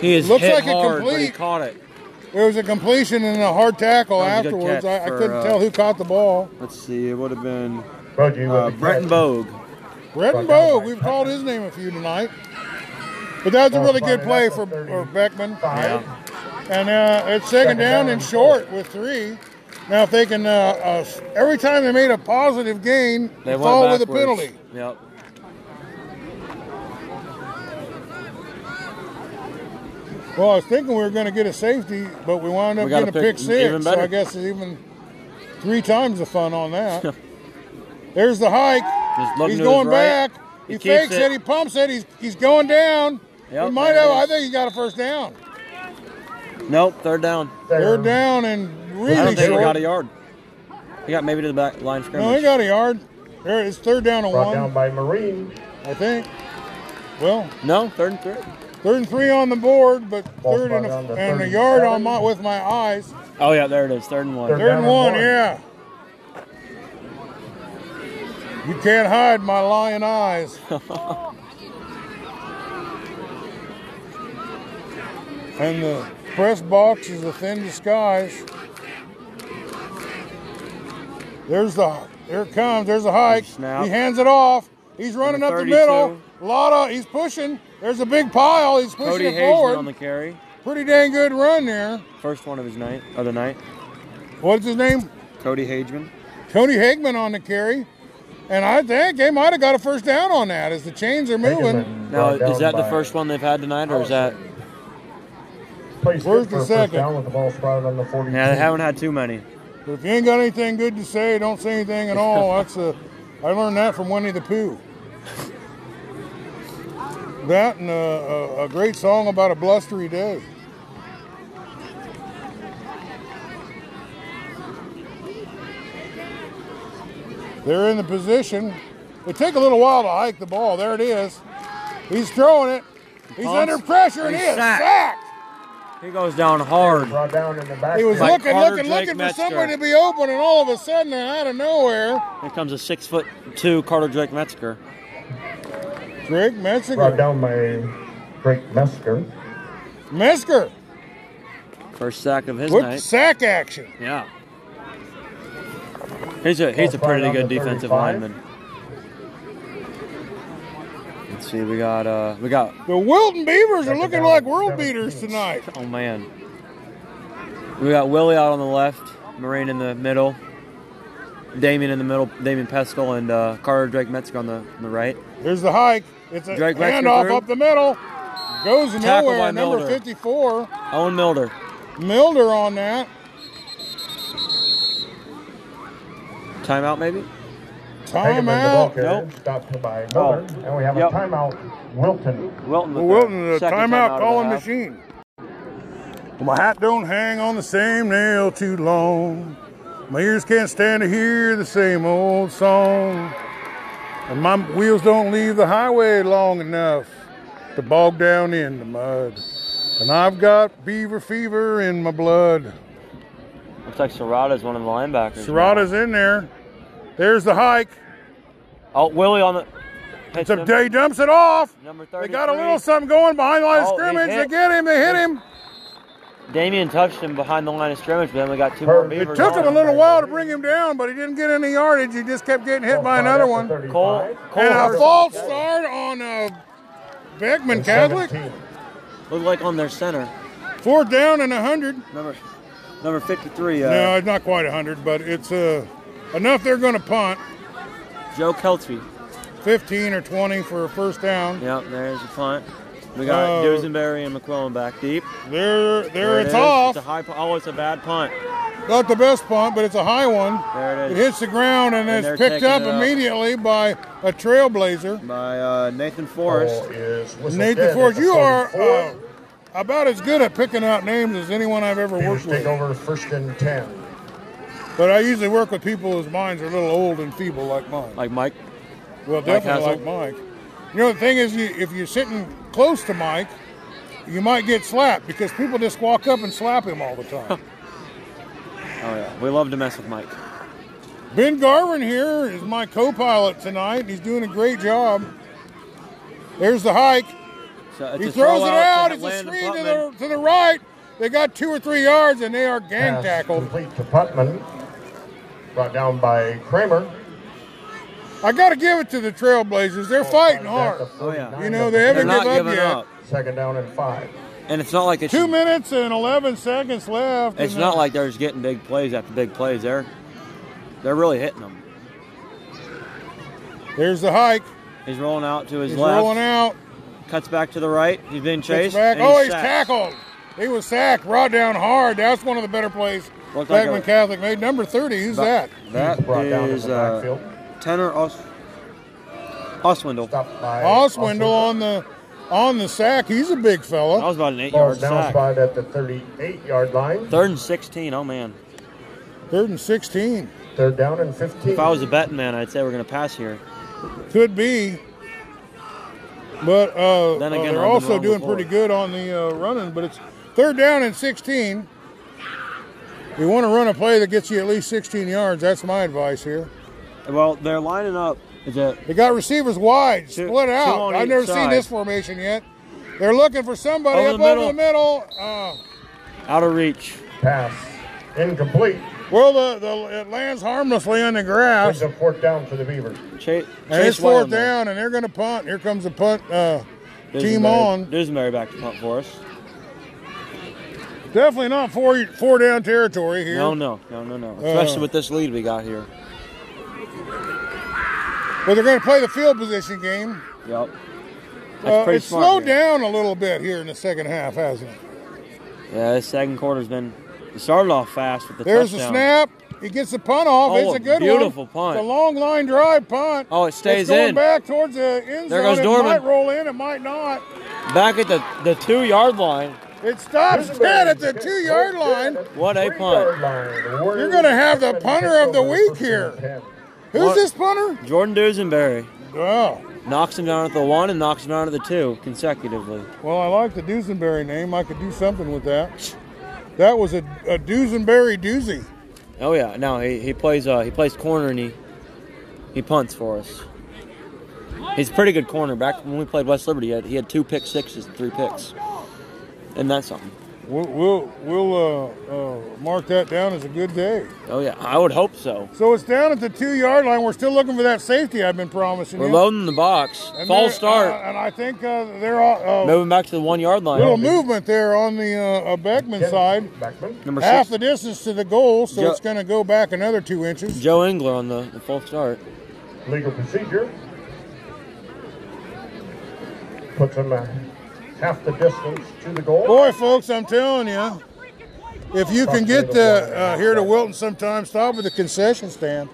Speaker 5: He is
Speaker 1: Looks
Speaker 5: hit
Speaker 1: like it
Speaker 5: hard, but he
Speaker 1: complete.
Speaker 5: caught it.
Speaker 1: There was a completion and a hard tackle
Speaker 5: That was a
Speaker 1: afterwards.
Speaker 5: good
Speaker 1: I,
Speaker 5: catch
Speaker 1: I
Speaker 5: for,
Speaker 1: couldn't
Speaker 5: uh,
Speaker 1: tell who caught the ball.
Speaker 5: Let's see. It would have been
Speaker 4: Bogey with
Speaker 5: uh,
Speaker 4: the
Speaker 5: Bretton
Speaker 4: catch.
Speaker 5: Bogue.
Speaker 1: Brett and Bogue, we've called his name a few tonight. But that was Oh, a really good play for for Beckman.
Speaker 4: Five.
Speaker 1: And uh, it's second down and short with three. Now, if they can, uh, uh, every time they made a positive gain,
Speaker 5: They
Speaker 1: it's
Speaker 5: went
Speaker 1: all with a
Speaker 5: backwards.
Speaker 1: penalty.
Speaker 5: Yep.
Speaker 1: Well, I was thinking we were going to get a safety, but we wound up
Speaker 5: We got
Speaker 1: getting
Speaker 5: a
Speaker 1: a pick,
Speaker 5: pick,
Speaker 1: six.
Speaker 5: even
Speaker 1: so I
Speaker 5: better.
Speaker 1: guess it's even three times the fun on
Speaker 5: [LAUGHS]
Speaker 1: that. There's the hike.
Speaker 5: Just looking
Speaker 1: He's
Speaker 5: to his
Speaker 1: going
Speaker 5: right.
Speaker 1: back. He,
Speaker 5: He keeps
Speaker 1: fakes it.
Speaker 5: it.
Speaker 1: He pumps it. He's he's going down.
Speaker 5: Yep,
Speaker 1: he might
Speaker 5: there it
Speaker 1: have. I
Speaker 5: is.
Speaker 1: think he got a first down.
Speaker 5: Nope. Third down.
Speaker 1: They're down and really
Speaker 5: I don't think
Speaker 1: short.
Speaker 5: he got a yard. He got maybe to the back line
Speaker 1: No, he
Speaker 5: scrimmage.
Speaker 1: got a yard. There, it's third down and
Speaker 4: Brought
Speaker 1: one,
Speaker 4: down by Marine.
Speaker 1: I think. Well,
Speaker 5: No, third and three.
Speaker 1: third and three on the board, but
Speaker 4: Ball's
Speaker 1: third and a,
Speaker 4: brought down to
Speaker 1: and a
Speaker 4: 37.
Speaker 1: yard on my with my eyes.
Speaker 5: Oh yeah, there it is. Third and one.
Speaker 4: Third
Speaker 1: Third and
Speaker 4: and
Speaker 1: one,
Speaker 4: one.
Speaker 1: yeah. You can't hide my lion eyes. and the press box is a thin disguise. There's the there it comes. There's a hike.
Speaker 5: Snap.
Speaker 1: He hands it off. He's running up the
Speaker 5: 32.
Speaker 1: middle. A lot of he's pushing. There's a big pile. He's pushing
Speaker 5: Cody
Speaker 1: it
Speaker 5: Hayes
Speaker 1: forward.
Speaker 5: on the carry.
Speaker 1: Pretty dang good run there.
Speaker 5: First one of his night, of the night.
Speaker 1: What's his name?
Speaker 5: Cody Hageman.
Speaker 1: Tony Hagman on the carry. And I think they might have got a first down on that as the chains are moving.
Speaker 4: Hageman
Speaker 5: Now,
Speaker 4: brought down
Speaker 5: is that the
Speaker 4: by-
Speaker 5: first one they've had tonight, or is that?
Speaker 4: Plays
Speaker 1: Where's the
Speaker 4: good for a first
Speaker 1: second?
Speaker 4: Down with the ball spotted on the 42.
Speaker 5: Yeah, they [LAUGHS] haven't had too many.
Speaker 1: But if you ain't got anything good to say, don't say anything at
Speaker 5: [LAUGHS]
Speaker 1: all. That's a, I learned that from Winnie the Pooh. That and a, a, a great song about a blustery day. They're in the position. It took a little while to hike the ball. There it is. He's throwing it. He's
Speaker 5: Pumps.
Speaker 1: under pressure and he
Speaker 5: He's
Speaker 1: is
Speaker 5: sacked.
Speaker 1: sacked.
Speaker 5: He goes down hard.
Speaker 4: Brought down in the back.
Speaker 1: He was
Speaker 5: Like
Speaker 1: looking,
Speaker 5: Carter
Speaker 1: looking,
Speaker 5: Drake
Speaker 1: looking for
Speaker 5: Metzger.
Speaker 1: somewhere to be open, and all of a sudden, they're out of nowhere.
Speaker 5: Here comes a six foot two Carter Drake Metzger.
Speaker 1: Drake
Speaker 4: brought
Speaker 1: Metzger.
Speaker 4: down by Drake Mesker.
Speaker 1: Metzger
Speaker 5: First sack of his
Speaker 1: with
Speaker 5: night.
Speaker 1: sack action.
Speaker 5: Yeah. He's a he's a pretty good defensive lineman. Let's see, we got uh, we got.
Speaker 1: The Wilton Beavers are looking like world beaters tonight.
Speaker 5: Oh man. We got Willie out on the left, Marine in the middle, Damien in the middle, Damien Peskel and uh, Carter Drake Metzger on the on the right.
Speaker 1: Here's the hike. It's a
Speaker 5: Drake Metzger
Speaker 1: handoff
Speaker 5: through.
Speaker 1: up the middle. Goes
Speaker 5: Tackle by
Speaker 1: nowhere. Number
Speaker 5: Milner.
Speaker 1: 54,
Speaker 5: Owen Milder.
Speaker 1: Milder on that.
Speaker 5: Timeout maybe.
Speaker 4: Taken by the ball
Speaker 1: Timeout.
Speaker 4: carrier,
Speaker 5: Nope.
Speaker 4: stopped by
Speaker 5: Oh.
Speaker 4: Miller, and we have
Speaker 5: Yep.
Speaker 4: a timeout, Wilton.
Speaker 5: Wilton. the
Speaker 1: Wilton,
Speaker 5: third.
Speaker 1: the
Speaker 5: Second
Speaker 1: timeout
Speaker 5: of the
Speaker 1: calling
Speaker 5: half.
Speaker 1: machine. My hat don't hang on the same nail too long. My ears can't stand to hear the same old song. And my wheels don't leave the highway long enough to bog down in the mud. And I've got beaver fever in my blood.
Speaker 5: Looks like Serrata's one of the linebackers.
Speaker 1: Serrata's in there. There's the hike.
Speaker 5: Oh, Willie on the.
Speaker 1: It's a day dumps it off.
Speaker 5: Number 33.
Speaker 1: They got a little something going behind the line of
Speaker 5: Oh, he
Speaker 1: scrimmage. They
Speaker 5: hit.
Speaker 1: get him. They hit him.
Speaker 5: Damien touched him behind the line of scrimmage, but then we got two more
Speaker 1: It
Speaker 5: Beavers.
Speaker 1: took
Speaker 5: on
Speaker 1: him a little while to bring him down, but he didn't get any yardage. He just kept getting hit by another one. And
Speaker 5: Cole, Cole
Speaker 1: a
Speaker 5: Hurst-
Speaker 1: false start on uh, Beckman Catholic.
Speaker 5: looked like on their center.
Speaker 1: Fourth down and 100.
Speaker 5: Number number 53, uh,
Speaker 1: No, it's not quite 100, but it's uh, enough they're going to punt.
Speaker 5: Joe Kelty.
Speaker 1: 15 or 20 for a first down.
Speaker 5: Yep, there's the punt. We
Speaker 1: Uh,
Speaker 5: got Dusenberry and McClellan back deep.
Speaker 1: There, there
Speaker 5: it
Speaker 1: it's
Speaker 5: is.
Speaker 1: off.
Speaker 5: It's a high, pu- oh, it's a bad punt.
Speaker 1: Not the best punt, but it's a high one.
Speaker 5: There it
Speaker 1: It
Speaker 5: is.
Speaker 1: hits the ground and,
Speaker 5: And they're
Speaker 1: it's picked
Speaker 5: taking
Speaker 1: up
Speaker 5: it up.
Speaker 1: immediately by a trailblazer.
Speaker 5: By uh, Nathan
Speaker 1: Oh.
Speaker 5: Forrest.
Speaker 1: Nathan Ford, you are uh, about as good at picking out names as anyone I've ever worked with.
Speaker 4: take over first and 10.
Speaker 1: But I usually work with people whose minds are a little old and feeble, like mine.
Speaker 5: Like Mike.
Speaker 1: well,
Speaker 5: Mike
Speaker 1: definitely like
Speaker 5: Hassel?
Speaker 1: Mike. You know, the thing is, you, if you're sitting close to Mike, you might get slapped because people just walk up and slap him all the
Speaker 5: [LAUGHS]
Speaker 1: time.
Speaker 5: Oh, yeah. We love to mess with Mike.
Speaker 1: ben Garvin here is my co-pilot tonight. He's doing a great job. There's the hike.
Speaker 5: So it's
Speaker 1: He
Speaker 5: a
Speaker 1: throws
Speaker 5: throw
Speaker 1: it
Speaker 5: out
Speaker 1: out.
Speaker 5: to
Speaker 1: It's a
Speaker 5: Landon
Speaker 1: screen to
Speaker 5: Putman.
Speaker 1: the to the right. They got two or three yards, and they are gang
Speaker 4: Pass
Speaker 1: tackled.
Speaker 4: Complete to Putman. Brought down by Kramer.
Speaker 1: I got to give it to the Trailblazers. They're fighting hard.
Speaker 5: Oh, yeah.
Speaker 1: You know, they
Speaker 5: They're
Speaker 1: haven't
Speaker 5: not
Speaker 1: give up
Speaker 5: giving
Speaker 1: yet.
Speaker 5: up.
Speaker 4: Second down and five.
Speaker 5: And it's not like it's
Speaker 1: Two minutes and 11 seconds left.
Speaker 5: It's
Speaker 1: and
Speaker 5: not
Speaker 1: then-
Speaker 5: like they're just getting big plays after big plays. They're they're really hitting them.
Speaker 1: There's the hike.
Speaker 5: He's rolling out to his
Speaker 1: He's
Speaker 5: left.
Speaker 1: rolling out.
Speaker 5: Cuts back to the right. He's being
Speaker 1: Gets
Speaker 5: chased.
Speaker 1: back.
Speaker 5: and
Speaker 1: Oh, he's
Speaker 5: sacked.
Speaker 1: tackled. He was sacked, brought down hard. That's one of the better plays
Speaker 5: Looked like
Speaker 1: Beckman
Speaker 5: a-
Speaker 1: Catholic made. Number 30, who's that?
Speaker 4: He's brought down
Speaker 5: That
Speaker 4: to
Speaker 5: is
Speaker 4: the
Speaker 5: uh,
Speaker 4: backfield.
Speaker 5: tenor Os- Oswindle.
Speaker 4: Stopped by
Speaker 1: Oswindle
Speaker 4: Oswald.
Speaker 1: on the on the sack. He's a big
Speaker 5: That
Speaker 1: fella.
Speaker 5: was about an eight-yard
Speaker 4: Ball's down
Speaker 5: sack.
Speaker 4: spot at the 38 yard line.
Speaker 5: Third and sixteen. Oh man.
Speaker 1: Third and 16.
Speaker 4: Third down and 15.
Speaker 5: If I was a betting man, I'd say we're gonna pass here.
Speaker 1: Could be. But uh,
Speaker 5: Then
Speaker 1: uh,
Speaker 5: again,
Speaker 1: they're
Speaker 5: I've been
Speaker 1: also
Speaker 5: wrong
Speaker 1: doing
Speaker 5: before.
Speaker 1: pretty good on the uh, running, but it's third down and 16. You want to run a play that gets you at least 16 yards. That's my advice here.
Speaker 5: Well, they're lining up. Is it
Speaker 1: They got receivers wide,
Speaker 5: Two-
Speaker 1: split
Speaker 5: two
Speaker 1: out.
Speaker 5: on
Speaker 1: I've
Speaker 5: each
Speaker 1: never seen
Speaker 5: side.
Speaker 1: this formation yet. They're looking for somebody
Speaker 5: Over
Speaker 1: up
Speaker 5: the
Speaker 1: over the middle. Uh,
Speaker 5: out of reach?
Speaker 4: Pass incomplete.
Speaker 1: well, the, the, it lands harmlessly on the
Speaker 4: Brings
Speaker 1: grass.
Speaker 4: a fourth down for the Beavers.
Speaker 5: Chase,
Speaker 1: And it's
Speaker 5: Chase
Speaker 1: fourth
Speaker 5: Wyman.
Speaker 1: down, and they're going to punt. Here comes the punt uh,
Speaker 5: Dusenberry-
Speaker 1: team on.
Speaker 5: Dusenberry back to punt for us.
Speaker 1: Definitely not four four down territory here. Uh,
Speaker 5: No, no, no, no, no. Especially with this lead we got here.
Speaker 1: But they're going to play the field position game.
Speaker 5: Yep. That's
Speaker 1: Uh,
Speaker 5: pretty
Speaker 1: it's
Speaker 5: smart.
Speaker 1: slowed
Speaker 5: here.
Speaker 1: down a little bit here in the second half, hasn't it?
Speaker 5: Yeah, this second quarter's been it started off fast with the
Speaker 1: There's
Speaker 5: touchdown.
Speaker 1: the snap. He gets the punt off.
Speaker 5: Oh,
Speaker 1: it's a good
Speaker 5: beautiful
Speaker 1: one.
Speaker 5: punt.
Speaker 1: It's a long line drive punt.
Speaker 5: Oh, it stays
Speaker 1: it's going
Speaker 5: in.
Speaker 1: back towards the end zone.
Speaker 5: There goes
Speaker 1: It
Speaker 5: Dorman.
Speaker 1: might roll in. It might not.
Speaker 5: Back at the, the two yard line.
Speaker 1: It stops dead at the two yard line.
Speaker 5: What a punt.
Speaker 1: You're gonna have the punter of the week here. Who's
Speaker 5: What?
Speaker 1: this punter?
Speaker 5: Jordan Dusenberry
Speaker 1: Oh,
Speaker 5: knocks him down at the one and knocks him down at the two consecutively.
Speaker 1: well, I like the Dusenberry name. I could do something with that. That was a, a Dusenberry doozy.
Speaker 5: Oh yeah, no, he, he plays uh, he plays corner and he he punts for us. He's a pretty good corner. Back when we played West Liberty, he had, he had two pick sixes and three picks, and that's something.
Speaker 1: We'll we'll, we'll uh, uh, mark that down as a good day.
Speaker 5: Oh yeah, I would hope so.
Speaker 1: So it's down at the two yard line. We're still looking for that safety I've been promising
Speaker 5: We're
Speaker 1: you.
Speaker 5: loading the box.
Speaker 1: And there-
Speaker 5: False start.
Speaker 1: uh, and I think uh, they're all, uh,
Speaker 5: Moving back to the one yard line.
Speaker 1: little movement there on the uh, uh, Beckman side.
Speaker 4: Backman.
Speaker 5: Number
Speaker 1: Half
Speaker 5: six,
Speaker 1: the distance to the goal, so
Speaker 5: Jo-
Speaker 1: it's going to go back another two inches.
Speaker 5: Joe Engler on the, the false start.
Speaker 4: Legal procedure. Puts him uh, half the distance to the goal.
Speaker 1: Boy, folks, I'm telling you, if you can get the, uh, here to Wilton sometime, stop at the concession stand.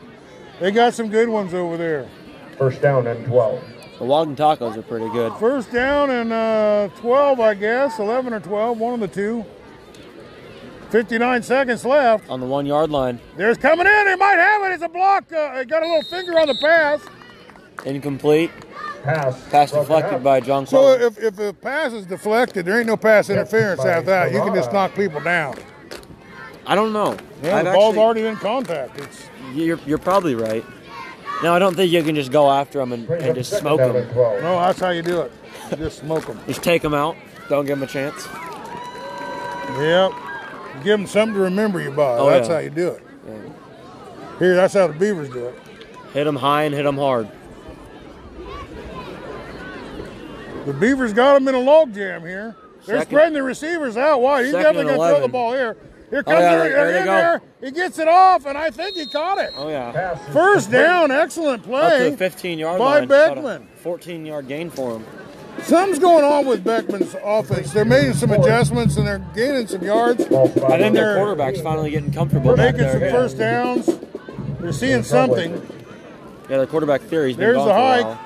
Speaker 1: They got some good ones over there.
Speaker 4: First down and 12.
Speaker 5: The Walden tacos are pretty good.
Speaker 1: First down and uh, 12, I guess, 11 or 12, one of the two. 59 seconds left.
Speaker 5: On the one yard line,
Speaker 1: There's coming in. They might have it. It's a block. Uh, it got a little finger on the pass.
Speaker 5: incomplete.
Speaker 4: Pass.
Speaker 5: Pass
Speaker 4: broken
Speaker 5: deflected
Speaker 4: up.
Speaker 5: by John
Speaker 1: So
Speaker 5: Cullen.
Speaker 1: if, if the pass is deflected, there ain't no pass interference
Speaker 4: by
Speaker 1: after that. You can just
Speaker 4: Ferrara.
Speaker 1: knock people down.
Speaker 5: I don't know.
Speaker 1: Yeah,
Speaker 5: I've
Speaker 1: the ball's
Speaker 5: actually-
Speaker 1: already in contact. It's
Speaker 5: You're, you're probably right. No, I don't think you can just go after them and,
Speaker 4: Brings
Speaker 5: and
Speaker 4: up
Speaker 5: just
Speaker 4: second
Speaker 5: smoke
Speaker 4: down and
Speaker 5: them.
Speaker 4: 12.
Speaker 1: no, that's how you do it. You just smoke them.
Speaker 5: Just take them out. Don't give them a chance.
Speaker 1: Yep. Give them something to remember you by.
Speaker 5: Oh,
Speaker 1: that's
Speaker 5: yeah.
Speaker 1: how you do it. Here, that's how the Beavers do it.
Speaker 5: Hit them high and hit them hard.
Speaker 1: The Beavers got them in a log jam here. They're
Speaker 5: Second-
Speaker 1: spreading the receivers out wide. He's
Speaker 5: Second and
Speaker 1: definitely going to throw the
Speaker 5: 11.
Speaker 1: ball here. Here comes
Speaker 5: yeah,
Speaker 1: the-
Speaker 5: there-
Speaker 1: they're
Speaker 5: there they
Speaker 1: in
Speaker 5: go.
Speaker 1: there. He gets it off, and I think he caught it.
Speaker 5: Oh yeah.
Speaker 4: Pass is
Speaker 1: First
Speaker 4: complete.
Speaker 1: down, excellent
Speaker 5: Up to
Speaker 1: play.
Speaker 5: the 15 yard
Speaker 1: by
Speaker 5: line. About a
Speaker 1: Beckman.
Speaker 5: 14 yard gain for him.
Speaker 1: Something's going on with Beckman's offense. They're making some adjustments and they're gaining some yards.
Speaker 4: Ball spot.
Speaker 5: I think
Speaker 1: they're-
Speaker 5: their quarterback's finally getting comfortable.
Speaker 1: They're
Speaker 5: back
Speaker 1: making some
Speaker 5: there.
Speaker 1: first downs. They're seeing something.
Speaker 5: Yeah, their quarterback theory's been
Speaker 1: There's
Speaker 5: gone
Speaker 1: the
Speaker 5: for a
Speaker 1: hike.
Speaker 5: while.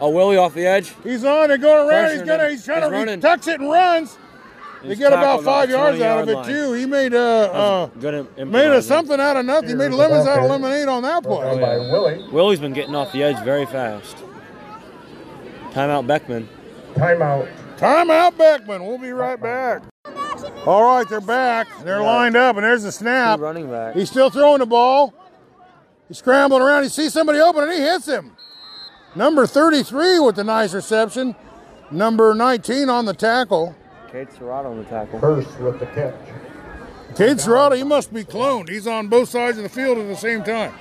Speaker 5: Oh, Willie off the edge.
Speaker 1: He's on. They're going around. He's
Speaker 5: Pressuring
Speaker 1: gonna.
Speaker 5: him.
Speaker 1: He's trying
Speaker 5: He's
Speaker 1: to. He
Speaker 5: running.
Speaker 1: tucks it and runs. They
Speaker 5: He's
Speaker 1: get about
Speaker 5: tackled on
Speaker 1: five
Speaker 5: the
Speaker 1: yards out of
Speaker 5: 20-yard
Speaker 1: it
Speaker 5: line.
Speaker 1: too. He made uh, uh
Speaker 5: That's good im-
Speaker 1: made a
Speaker 5: improvising.
Speaker 1: something out of nothing. He made lemons out of lemonade on that
Speaker 4: Brought down
Speaker 1: play.
Speaker 4: by Willie.
Speaker 5: Willie's been getting off the edge very fast. Timeout Beckman.
Speaker 4: Timeout.
Speaker 1: Timeout, Beckman. We'll be right back. All right, they're back. They're lined up, and there's the snap.
Speaker 5: Two running back.
Speaker 1: He's still throwing the ball. He's scrambling around. He sees somebody open and he hits him. Number 33 with the nice reception. Number 19 on the tackle.
Speaker 5: Kate Serrato on the tackle.
Speaker 4: First with the catch.
Speaker 1: Cade Serrata, he must be cloned. He's on both sides of the field at the same time.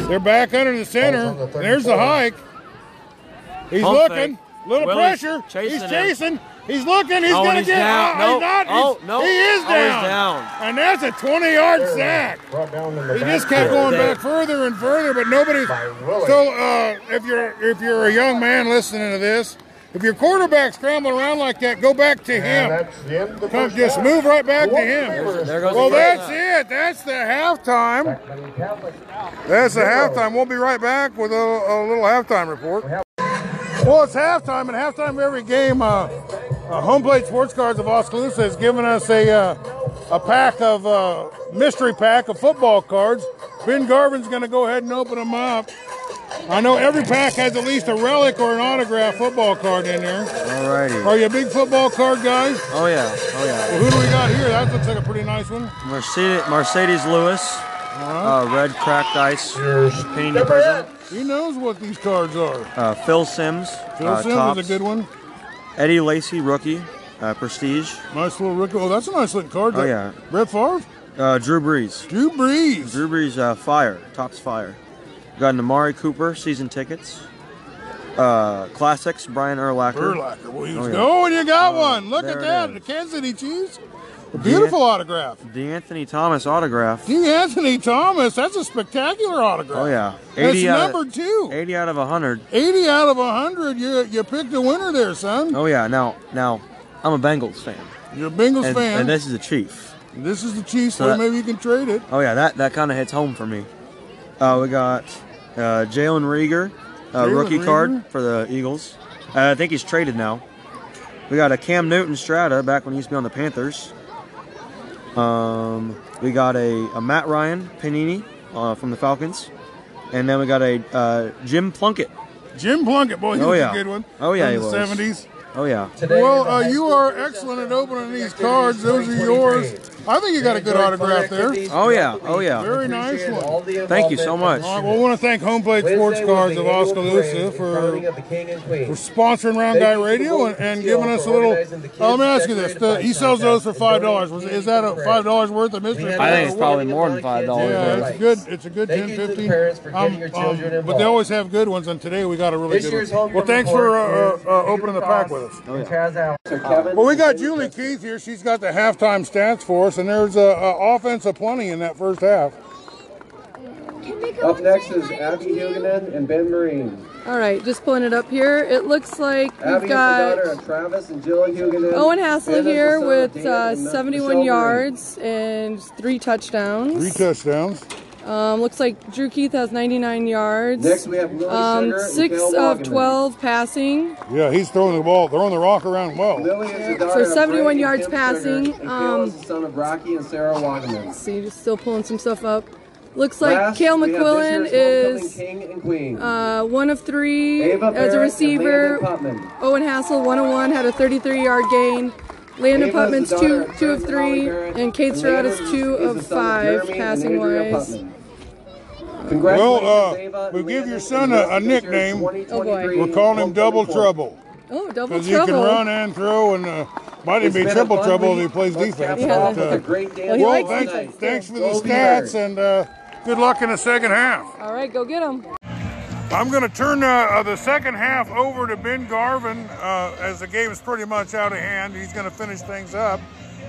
Speaker 1: They're back under the center. There's the hike. He's
Speaker 5: Pump
Speaker 1: looking.
Speaker 5: fake.
Speaker 1: Little
Speaker 5: Willie's
Speaker 1: pressure.
Speaker 5: chasing
Speaker 1: he's
Speaker 5: him.
Speaker 1: chasing. He's looking. He's
Speaker 5: Oh,
Speaker 1: going to
Speaker 5: he's
Speaker 1: get
Speaker 5: down.
Speaker 1: Oh,
Speaker 5: No.
Speaker 1: he's not.
Speaker 5: Oh,
Speaker 1: He's-
Speaker 5: no.
Speaker 1: He is
Speaker 5: Oh, he's
Speaker 1: down.
Speaker 5: down.
Speaker 1: And that's a 20 yard sack.
Speaker 4: Brought down in the
Speaker 1: He just kept
Speaker 4: backfield
Speaker 1: going back further and further, but nobody.
Speaker 4: By Willie.
Speaker 1: So uh, if you're if you're a young man listening to this, if your quarterback scrambling around like that, go back to
Speaker 4: And
Speaker 1: him.
Speaker 4: that's the end of the
Speaker 1: Come,
Speaker 4: first
Speaker 1: just
Speaker 4: half.
Speaker 1: move right back to him.
Speaker 4: There's-
Speaker 5: There goes
Speaker 1: Well,
Speaker 5: the first
Speaker 1: that's
Speaker 5: down.
Speaker 1: it. That's the halftime.
Speaker 4: Beckman Catholic.
Speaker 1: That's the halftime. We'll be right back with a, a little halftime report.
Speaker 4: Half-
Speaker 1: Well, it's halftime, and halftime of every game. Uh, uh, Home Plate Sports Cards of Oskaloosa has given us a uh, a pack of uh, mystery pack of football cards. Ben Garvin's going to go ahead and open them up. I know every pack has at least a relic or an autograph football card in there.
Speaker 5: Alrighty.
Speaker 1: Are you a big football card guy?
Speaker 5: Oh yeah. Oh yeah.
Speaker 1: Well, who do we got here? That looks like a pretty nice one.
Speaker 5: Mercedes, Mercedes Lewis.
Speaker 1: Uh-huh.
Speaker 5: Uh, red cracked ice.
Speaker 4: Here's
Speaker 5: Panini prism.
Speaker 1: He knows what these cards are.
Speaker 5: Uh, Phil Sims.
Speaker 1: Phil
Speaker 5: uh,
Speaker 1: Sims
Speaker 5: tops.
Speaker 1: is a good one.
Speaker 5: Eddie Lacey, rookie. Uh, prestige.
Speaker 1: Nice little Rick. Oh, that's a nice looking card.
Speaker 5: Oh,
Speaker 1: That-
Speaker 5: yeah.
Speaker 1: Brett Favre,
Speaker 5: Uh, Drew Brees.
Speaker 1: Drew Brees.
Speaker 5: Drew Brees, uh, fire. Tops fire. Got Namari Cooper, season tickets. Uh, classics, Brian Erlacher.
Speaker 1: Urlacher. Well, he was
Speaker 5: Oh, yeah.
Speaker 1: going. You got one. Look
Speaker 5: there
Speaker 1: at
Speaker 5: it
Speaker 1: that.
Speaker 5: is.
Speaker 1: The Kansas City Chiefs. A beautiful autograph.
Speaker 5: The Anthony Thomas autograph.
Speaker 1: D. Anthony Thomas. That's a spectacular autograph.
Speaker 5: Oh yeah,
Speaker 1: That's
Speaker 5: out
Speaker 1: number
Speaker 5: of,
Speaker 1: two.
Speaker 5: 80 out of 100.
Speaker 1: 80 out of 100. You you picked a winner there, son.
Speaker 5: Oh yeah, now now I'm a Bengals fan,
Speaker 1: You're a Bengals
Speaker 5: and,
Speaker 1: fan.
Speaker 5: and
Speaker 1: this,
Speaker 5: this is a Chief.
Speaker 1: is the Chiefs,
Speaker 5: So
Speaker 1: so
Speaker 5: that-
Speaker 1: maybe you can trade it.
Speaker 5: Oh yeah, that that kind of hits home for me. Uh, we got uh, Jalen Rieger, uh,
Speaker 1: Jalen
Speaker 5: rookie card
Speaker 1: Reagor?
Speaker 5: for the Eagles. Uh, I think he's traded now. We got a Cam Newton Strata back when he used to be on the Panthers. Um, we got a, a Matt Ryan Panini uh, from the Falcons, and then we got a uh, Jim Plunkett.
Speaker 1: Jim Plunkett, boy, he
Speaker 5: Oh,
Speaker 1: was
Speaker 5: yeah.
Speaker 1: a good one.
Speaker 5: Oh, yeah,
Speaker 1: From
Speaker 5: he
Speaker 1: the
Speaker 5: was.
Speaker 1: 70s.
Speaker 5: Oh yeah,
Speaker 4: Today
Speaker 1: Well,
Speaker 4: the
Speaker 1: uh,
Speaker 4: high
Speaker 1: you
Speaker 4: school
Speaker 1: are
Speaker 4: preceptor
Speaker 1: excellent at
Speaker 4: of
Speaker 1: opening these
Speaker 4: activities
Speaker 1: cards. Those are
Speaker 4: 2023.
Speaker 1: yours. I think you got a good autograph there.
Speaker 5: Oh, yeah. Oh, yeah.
Speaker 1: Very nice one. All
Speaker 5: Thank you so much.
Speaker 1: right, well, I want to thank Homeblade Sports Cards of Oskaloosa for for sponsoring Round Guy Radio and, and giving us a little. Oh, let me ask you this: the, he sells those for five dollars. Is that a five dollars worth of mystery?
Speaker 5: I think it's probably more than $5
Speaker 1: Yeah, it's good. It's a good
Speaker 6: Thank
Speaker 1: 10,
Speaker 6: you to the
Speaker 1: 15.
Speaker 6: parents for getting
Speaker 1: Um,
Speaker 6: your
Speaker 1: um,
Speaker 6: children
Speaker 1: but
Speaker 6: involved.
Speaker 1: they always have good ones, and today we got a really
Speaker 6: This
Speaker 1: good
Speaker 6: year's
Speaker 1: one.
Speaker 6: homegrown
Speaker 1: Well, thanks for uh,
Speaker 6: report is
Speaker 1: uh, uh, opening the pack with us.
Speaker 6: Kevin.
Speaker 1: Well, we got Julie Keith here. She's got the halftime stats for us, and there's a, a offense aplenty in that first half.
Speaker 4: Up next is Abby Huguenin and Ben Marine.
Speaker 7: All right, just pulling it up here. It looks like
Speaker 4: Abby
Speaker 7: we've
Speaker 4: is the daughter
Speaker 7: got
Speaker 4: of Travis and Jill Huguenin.
Speaker 7: Owen
Speaker 4: Ben
Speaker 7: Hassel
Speaker 4: is the
Speaker 7: here
Speaker 4: son of
Speaker 7: with
Speaker 4: Dan
Speaker 7: uh,
Speaker 4: and Michelle
Speaker 7: 71
Speaker 4: Marine.
Speaker 7: yards and three
Speaker 1: Three
Speaker 7: touchdowns.
Speaker 1: touchdowns.
Speaker 7: Um, looks like Drew Keith has 99 yards.
Speaker 4: Next we have Lily
Speaker 7: um,
Speaker 4: Sugar and
Speaker 7: six
Speaker 4: Kale
Speaker 7: of
Speaker 4: Wagner.
Speaker 7: 12 passing.
Speaker 1: Yeah, he's throwing the ball, throwing the rock around well.
Speaker 4: Lily is the daughter of
Speaker 7: 71
Speaker 4: Frank and
Speaker 7: yards
Speaker 4: Kim
Speaker 7: passing,
Speaker 4: Sugar, and Kale
Speaker 7: um,
Speaker 4: is the son of Rocky and Sarah Wagner.
Speaker 7: Let's see, just still pulling some stuff up. Looks like
Speaker 4: Last,
Speaker 7: Kale
Speaker 4: we have
Speaker 7: McQuillan
Speaker 4: this year's homecoming
Speaker 7: is
Speaker 4: king and queen.
Speaker 7: uh, one of three
Speaker 4: Ava Barrett
Speaker 7: as a
Speaker 4: and
Speaker 7: receiver.
Speaker 4: Landon Putman.
Speaker 7: Owen Hassel, 101, had a 33-yard gain. Landon
Speaker 4: Ava is
Speaker 7: Putman's
Speaker 4: the daughter
Speaker 7: two, two
Speaker 4: Terrence
Speaker 7: of
Speaker 4: Holly
Speaker 7: three,
Speaker 4: Barrett,
Speaker 7: and Kate
Speaker 4: Landon
Speaker 7: Serratus, two
Speaker 4: is the
Speaker 7: of
Speaker 4: son
Speaker 7: five
Speaker 4: Jeremy and
Speaker 7: passing
Speaker 4: Andrea
Speaker 7: wise.
Speaker 4: Putman.
Speaker 1: Well, uh,
Speaker 4: Congratulations, Ava and
Speaker 1: we give
Speaker 4: Landon,
Speaker 1: your
Speaker 4: and
Speaker 1: son a- a
Speaker 4: this year's
Speaker 1: nickname.
Speaker 4: 2023
Speaker 1: We're calling him Double
Speaker 4: homecoming
Speaker 1: Trouble
Speaker 7: Oh, double
Speaker 1: because he can
Speaker 7: trouble.
Speaker 1: run and throw, and uh, might even
Speaker 4: It's
Speaker 1: be
Speaker 4: been a
Speaker 1: triple
Speaker 4: fun
Speaker 1: trouble if
Speaker 4: week.
Speaker 1: he plays
Speaker 4: Let's
Speaker 1: defense.
Speaker 4: cap it off
Speaker 1: but,
Speaker 4: with
Speaker 1: uh,
Speaker 4: a great day
Speaker 7: Well, he
Speaker 4: of
Speaker 1: well,
Speaker 7: likes
Speaker 4: football
Speaker 1: thanks,
Speaker 7: defense,
Speaker 4: tonight.
Speaker 1: thanks for the
Speaker 4: Go
Speaker 1: stats,
Speaker 4: Beavers.
Speaker 1: and uh, good luck in the second half.
Speaker 7: All right, go get him.
Speaker 1: I'm going to turn uh, uh, the second half over to Ben Garvin uh, as the game is pretty much out of hand. He's going to finish things up.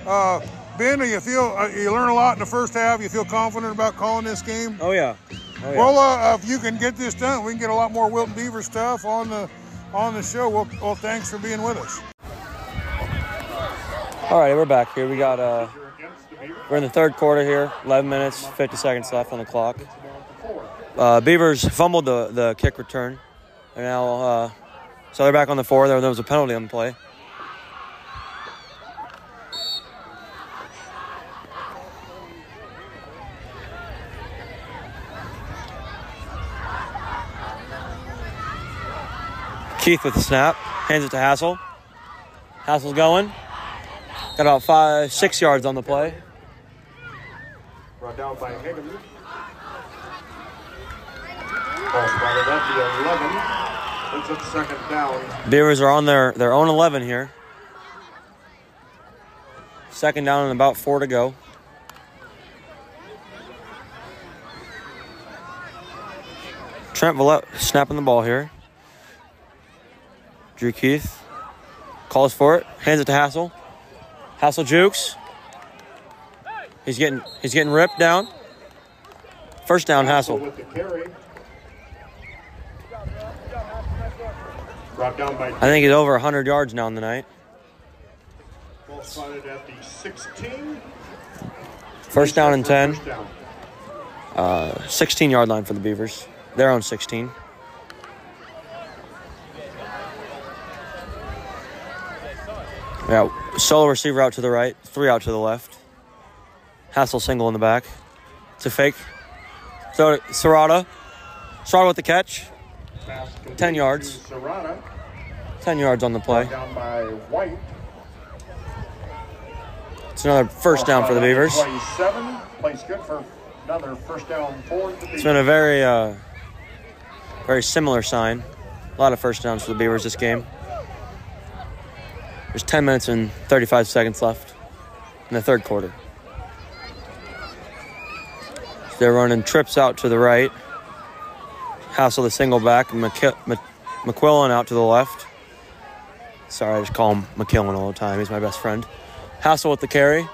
Speaker 1: Uh, ben, do you feel uh, you learn a lot in the first half. You feel confident about calling this game.
Speaker 5: Oh, yeah. Oh, yeah.
Speaker 1: Well, uh, if you can get this done, we can get a lot more Wilton Beaver stuff on the on the show. Well, well thanks for being with us.
Speaker 5: All right, we're back here. We got uh, we're in the third quarter here. 11 minutes, 50 seconds left on the clock. Uh, Beavers fumbled the, the kick return, and now uh, so they're back on the four. There, there was a penalty on the play. Keith with the snap, hands it to Hassel. Hassel's going. Got about five, six yards on the play.
Speaker 4: Brought down by Higgins. Ball's brought it up the 11. It's a second down.
Speaker 5: Beavers are on their, their own 11 here. Second down and about four to go. Trent Vallette snapping the ball here. Drew Keith calls for it, hands it to Hassel. Hassel jukes. He's getting he's getting ripped down. First down, Hassel.
Speaker 4: With the carry. Brought down by
Speaker 5: I think he's over 100 yards now in the night.
Speaker 4: ball spotted at the 16.
Speaker 5: First down and 10.
Speaker 4: First down.
Speaker 5: 16 yard line for the Beavers. Their own 16. Yeah, solo receiver out to the right, three out to the left. Hassel single in the back. It's a fake. So Serrata. Serrata with the catch.
Speaker 4: Pass completed
Speaker 5: 10 yards.
Speaker 4: to Serrata.
Speaker 5: 10 yards on the play.
Speaker 4: Down by White.
Speaker 5: It's another first down for the Beavers.
Speaker 4: 27. Plays good for another first down for the
Speaker 5: It's
Speaker 4: Beavers.
Speaker 5: been a very, uh, very similar sign. A lot of first downs for the Beavers this game. There's 10 minutes and 35 seconds left in the third quarter. They're running trips out to the right. Hassel the single back. McKi- Mc- McQuillan out to the left. Sorry, I just call him McKillen all the time. He's my best friend. Hassel with the carry.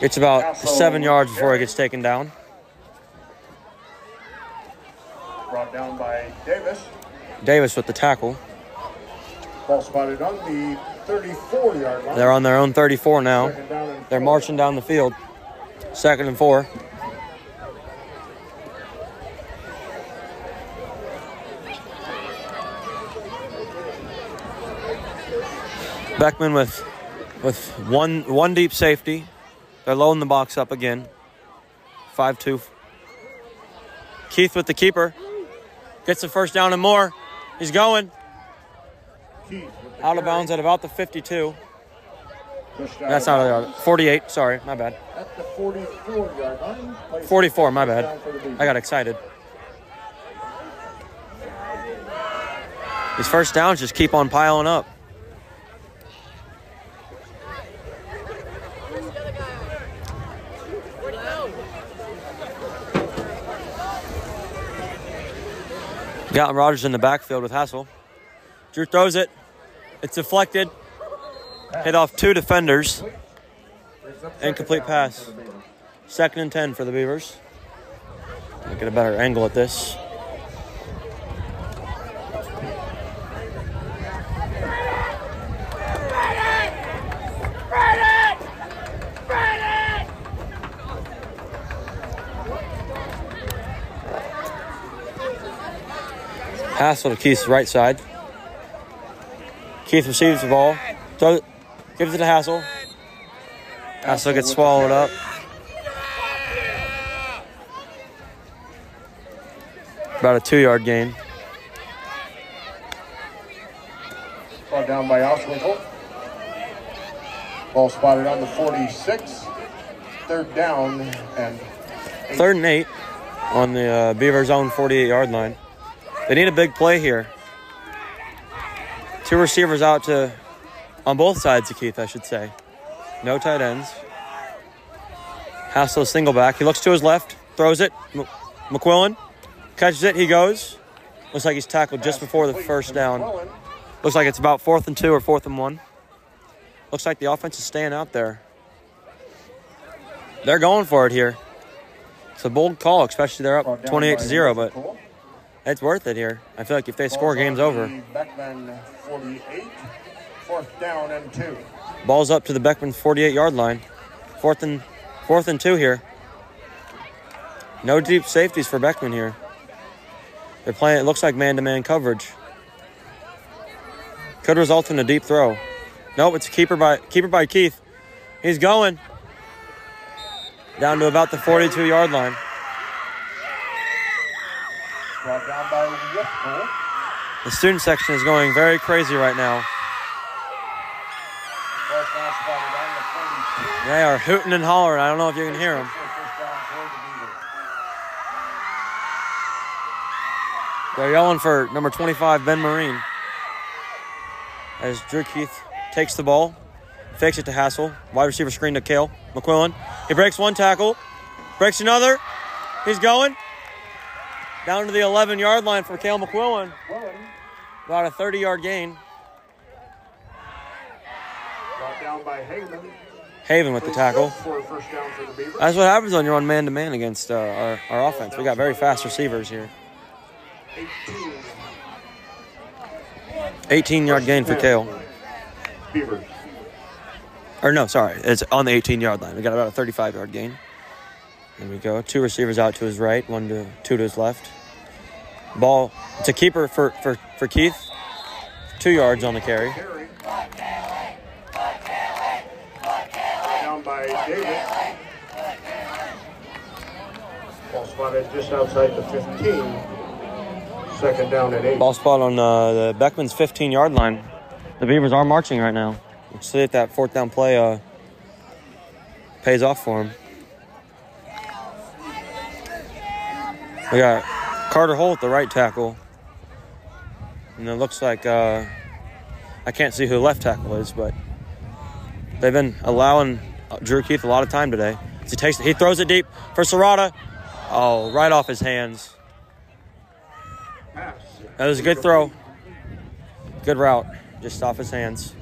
Speaker 5: It's about
Speaker 4: Hassel
Speaker 5: seven
Speaker 4: with
Speaker 5: yards
Speaker 4: the
Speaker 5: before he
Speaker 4: carry.
Speaker 5: gets taken down.
Speaker 4: Brought down by Davis.
Speaker 5: Davis with the tackle.
Speaker 4: Ball spotted on the 34 yard line.
Speaker 5: They're on their own 34 now.
Speaker 4: Second down and
Speaker 5: They're
Speaker 4: four.
Speaker 5: marching down the field. Second and four. Beckman with with one one deep safety. They're loading the box up again. Five two. Keith with the keeper. Gets the first down and more. He's going. Out of bounds at about the 52.
Speaker 4: Pushed out
Speaker 5: That's
Speaker 4: of
Speaker 5: not a
Speaker 4: bounds
Speaker 5: 48. Sorry, my bad.
Speaker 4: At the 44 yard line. Place
Speaker 5: 44. My bad.
Speaker 4: down for the Beavers.
Speaker 5: I got excited. These first downs just keep on piling up. Got Rogers in the backfield with Hassel. Drew throws it. It's deflected. Hit off two defenders. Incomplete pass. Second and 10 for the Beavers. Get a better angle at this. Hassel to Keith's right side. Keith receives the ball, throws, gives it to Hassel. Hassel gets swallowed up. About a two yard gain.
Speaker 4: Brought down by Oswinkel. Ball spotted on the 46. Third down and
Speaker 5: Third and eight on the uh, Beavers' own 48 yard line. They need a big play here. Two receivers out to on both sides of Keith, I should say. No tight ends. Hassel single back. He looks to his left, throws it. M- McQuillan catches it. He goes. Looks like he's tackled just before the first down.
Speaker 4: Mullen
Speaker 5: Looks like it's about fourth and two or fourth and one. Looks like the offense is staying out there. They're going for it here. It's a bold call, especially they're
Speaker 4: brought
Speaker 5: up
Speaker 4: down
Speaker 5: 28
Speaker 4: by
Speaker 5: to 0, but
Speaker 4: Oswinkel.
Speaker 5: it's worth it here. I feel like if they score,
Speaker 4: Ball's on
Speaker 5: game's
Speaker 4: the
Speaker 5: over.
Speaker 4: Beckman 48. Fourth down and two.
Speaker 5: Ball's up to the Beckman 48 yard line. Fourth and fourth and two here. No deep safeties for Beckman here. They're playing, it looks like man to man coverage. Could result in a deep throw. Nope, it's keeper by keeper by Keith. He's going. Down to about the 42 yard line.
Speaker 4: Brought down by Whipple.
Speaker 5: The student section is going very crazy right now.
Speaker 4: Ball
Speaker 1: Uh,
Speaker 4: now spotted on the 42.
Speaker 5: They are hooting and hollering. I don't know if you can hear them.
Speaker 4: First down for the Beavers.
Speaker 5: They're yelling for number 25, Ben Marine. As Drew Keith takes the ball, fakes it to Hassel. Wide receiver screen to Kale McQuillan. He breaks one tackle, breaks another. He's going. Down to the 11 yard line for Kale McQuillan. About a 30 yard gain.
Speaker 4: Brought down by Hagman.
Speaker 5: Haven with the tackle.
Speaker 4: For a first down for the Beavers.
Speaker 5: That's what happens when you're on man to man against uh, our, our offense. We got very fast receivers here.
Speaker 4: 18.
Speaker 5: 18 yard gain for Kale.
Speaker 4: Beavers.
Speaker 5: Or no, sorry, it's on the 18 yard line. We got about a 35 yard gain. There we go. Two receivers out to his right, one to two to his left. Ball to keeper for for for Keith. Two yards on the carry.
Speaker 4: Carry. Down by Davis. Ball spotted just outside the 15. Second down and eight.
Speaker 5: Ball spot on uh, the Beckman's 15 yard line. The Beavers are marching right now. Let's see if that fourth down play uh, pays off for him. We got Carter Holt, the right tackle. And it looks like uh, I can't see who the left tackle is, but they've been allowing uh, Drew Keith a lot of time today. He takes, he throws it deep for Serrata. Oh, right off his hands.
Speaker 4: Pass.
Speaker 5: That was a good throw. Good route. Just off his hands.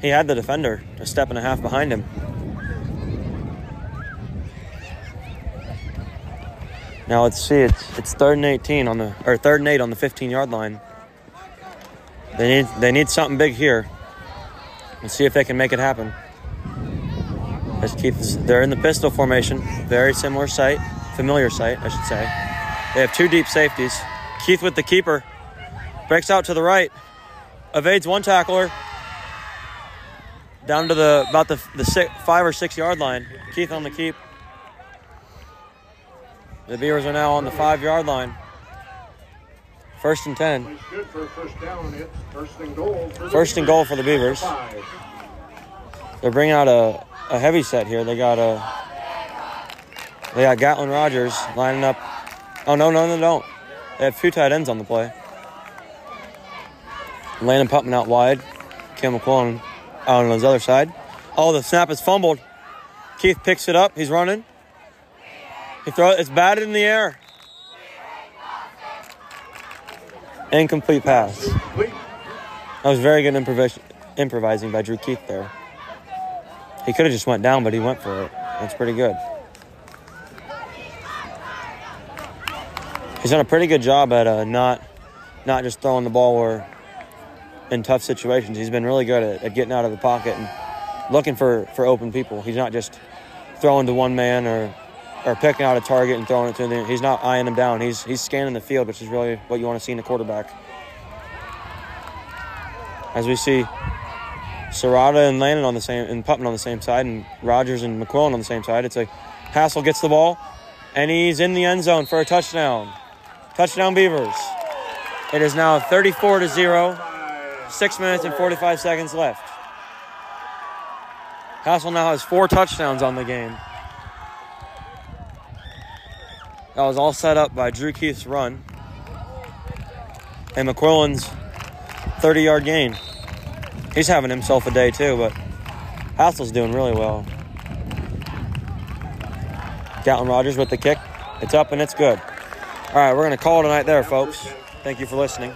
Speaker 5: He had the defender a step and a half behind him. Now let's see. It's it's third and eighteen on the or third and eight on the fifteen yard line. They need they need something big here. Let's see if they can make it happen. As Keith is, they're in the pistol formation. Very similar sight, familiar sight, I should say. They have two deep safeties. Keith with the keeper. Breaks out to the right. Evades one tackler. Down to the about the, the six, five or six yard line. Keith on the keep. The Beavers are now on the five yard line. First and ten.
Speaker 4: He's good for a first down. It's first and goal. for the
Speaker 5: First and
Speaker 4: Beavers.
Speaker 5: goal for the Beavers.
Speaker 4: Five.
Speaker 5: They're bringing out a, a heavy set here. They got a they got Gatlin Rogers lining up. Oh no no no don't. They have two tight ends on the play. Landon Putman out wide. Cam McClellan out on his other side. Oh the snap is fumbled. Keith picks it up. He's running. He throw it's batted in the air. Incomplete pass. That was very good improvis- improvising by Drew Keith there. He could have just went down, but he went for it. That's pretty good. He's done a pretty good job at uh, not not just throwing the ball or in tough situations. He's been really good at, at getting out of the pocket and looking for, for open people. He's not just throwing to one man or or picking out a target and throwing it to the. He's not eyeing him down. He's he's scanning the field, which is really what you want to see in a quarterback. As we see Serrata and Landon on the same and Putman on the same side and Rogers and McQuillan on the same side. It's like Hassel gets the ball and he's in the end zone for a touchdown. Touchdown Beavers. It is now 34 to 0. Six minutes and 45 seconds left. Hassel now has four touchdowns on the game. That was all set up by Drew Keith's run and McQuillan's 30 yard gain he's having himself a day too, but Hassel's doing really well. Gatlin Rogers with the kick. It's up and it's good. All right, we're going to call it a night there, folks. Thank you for listening.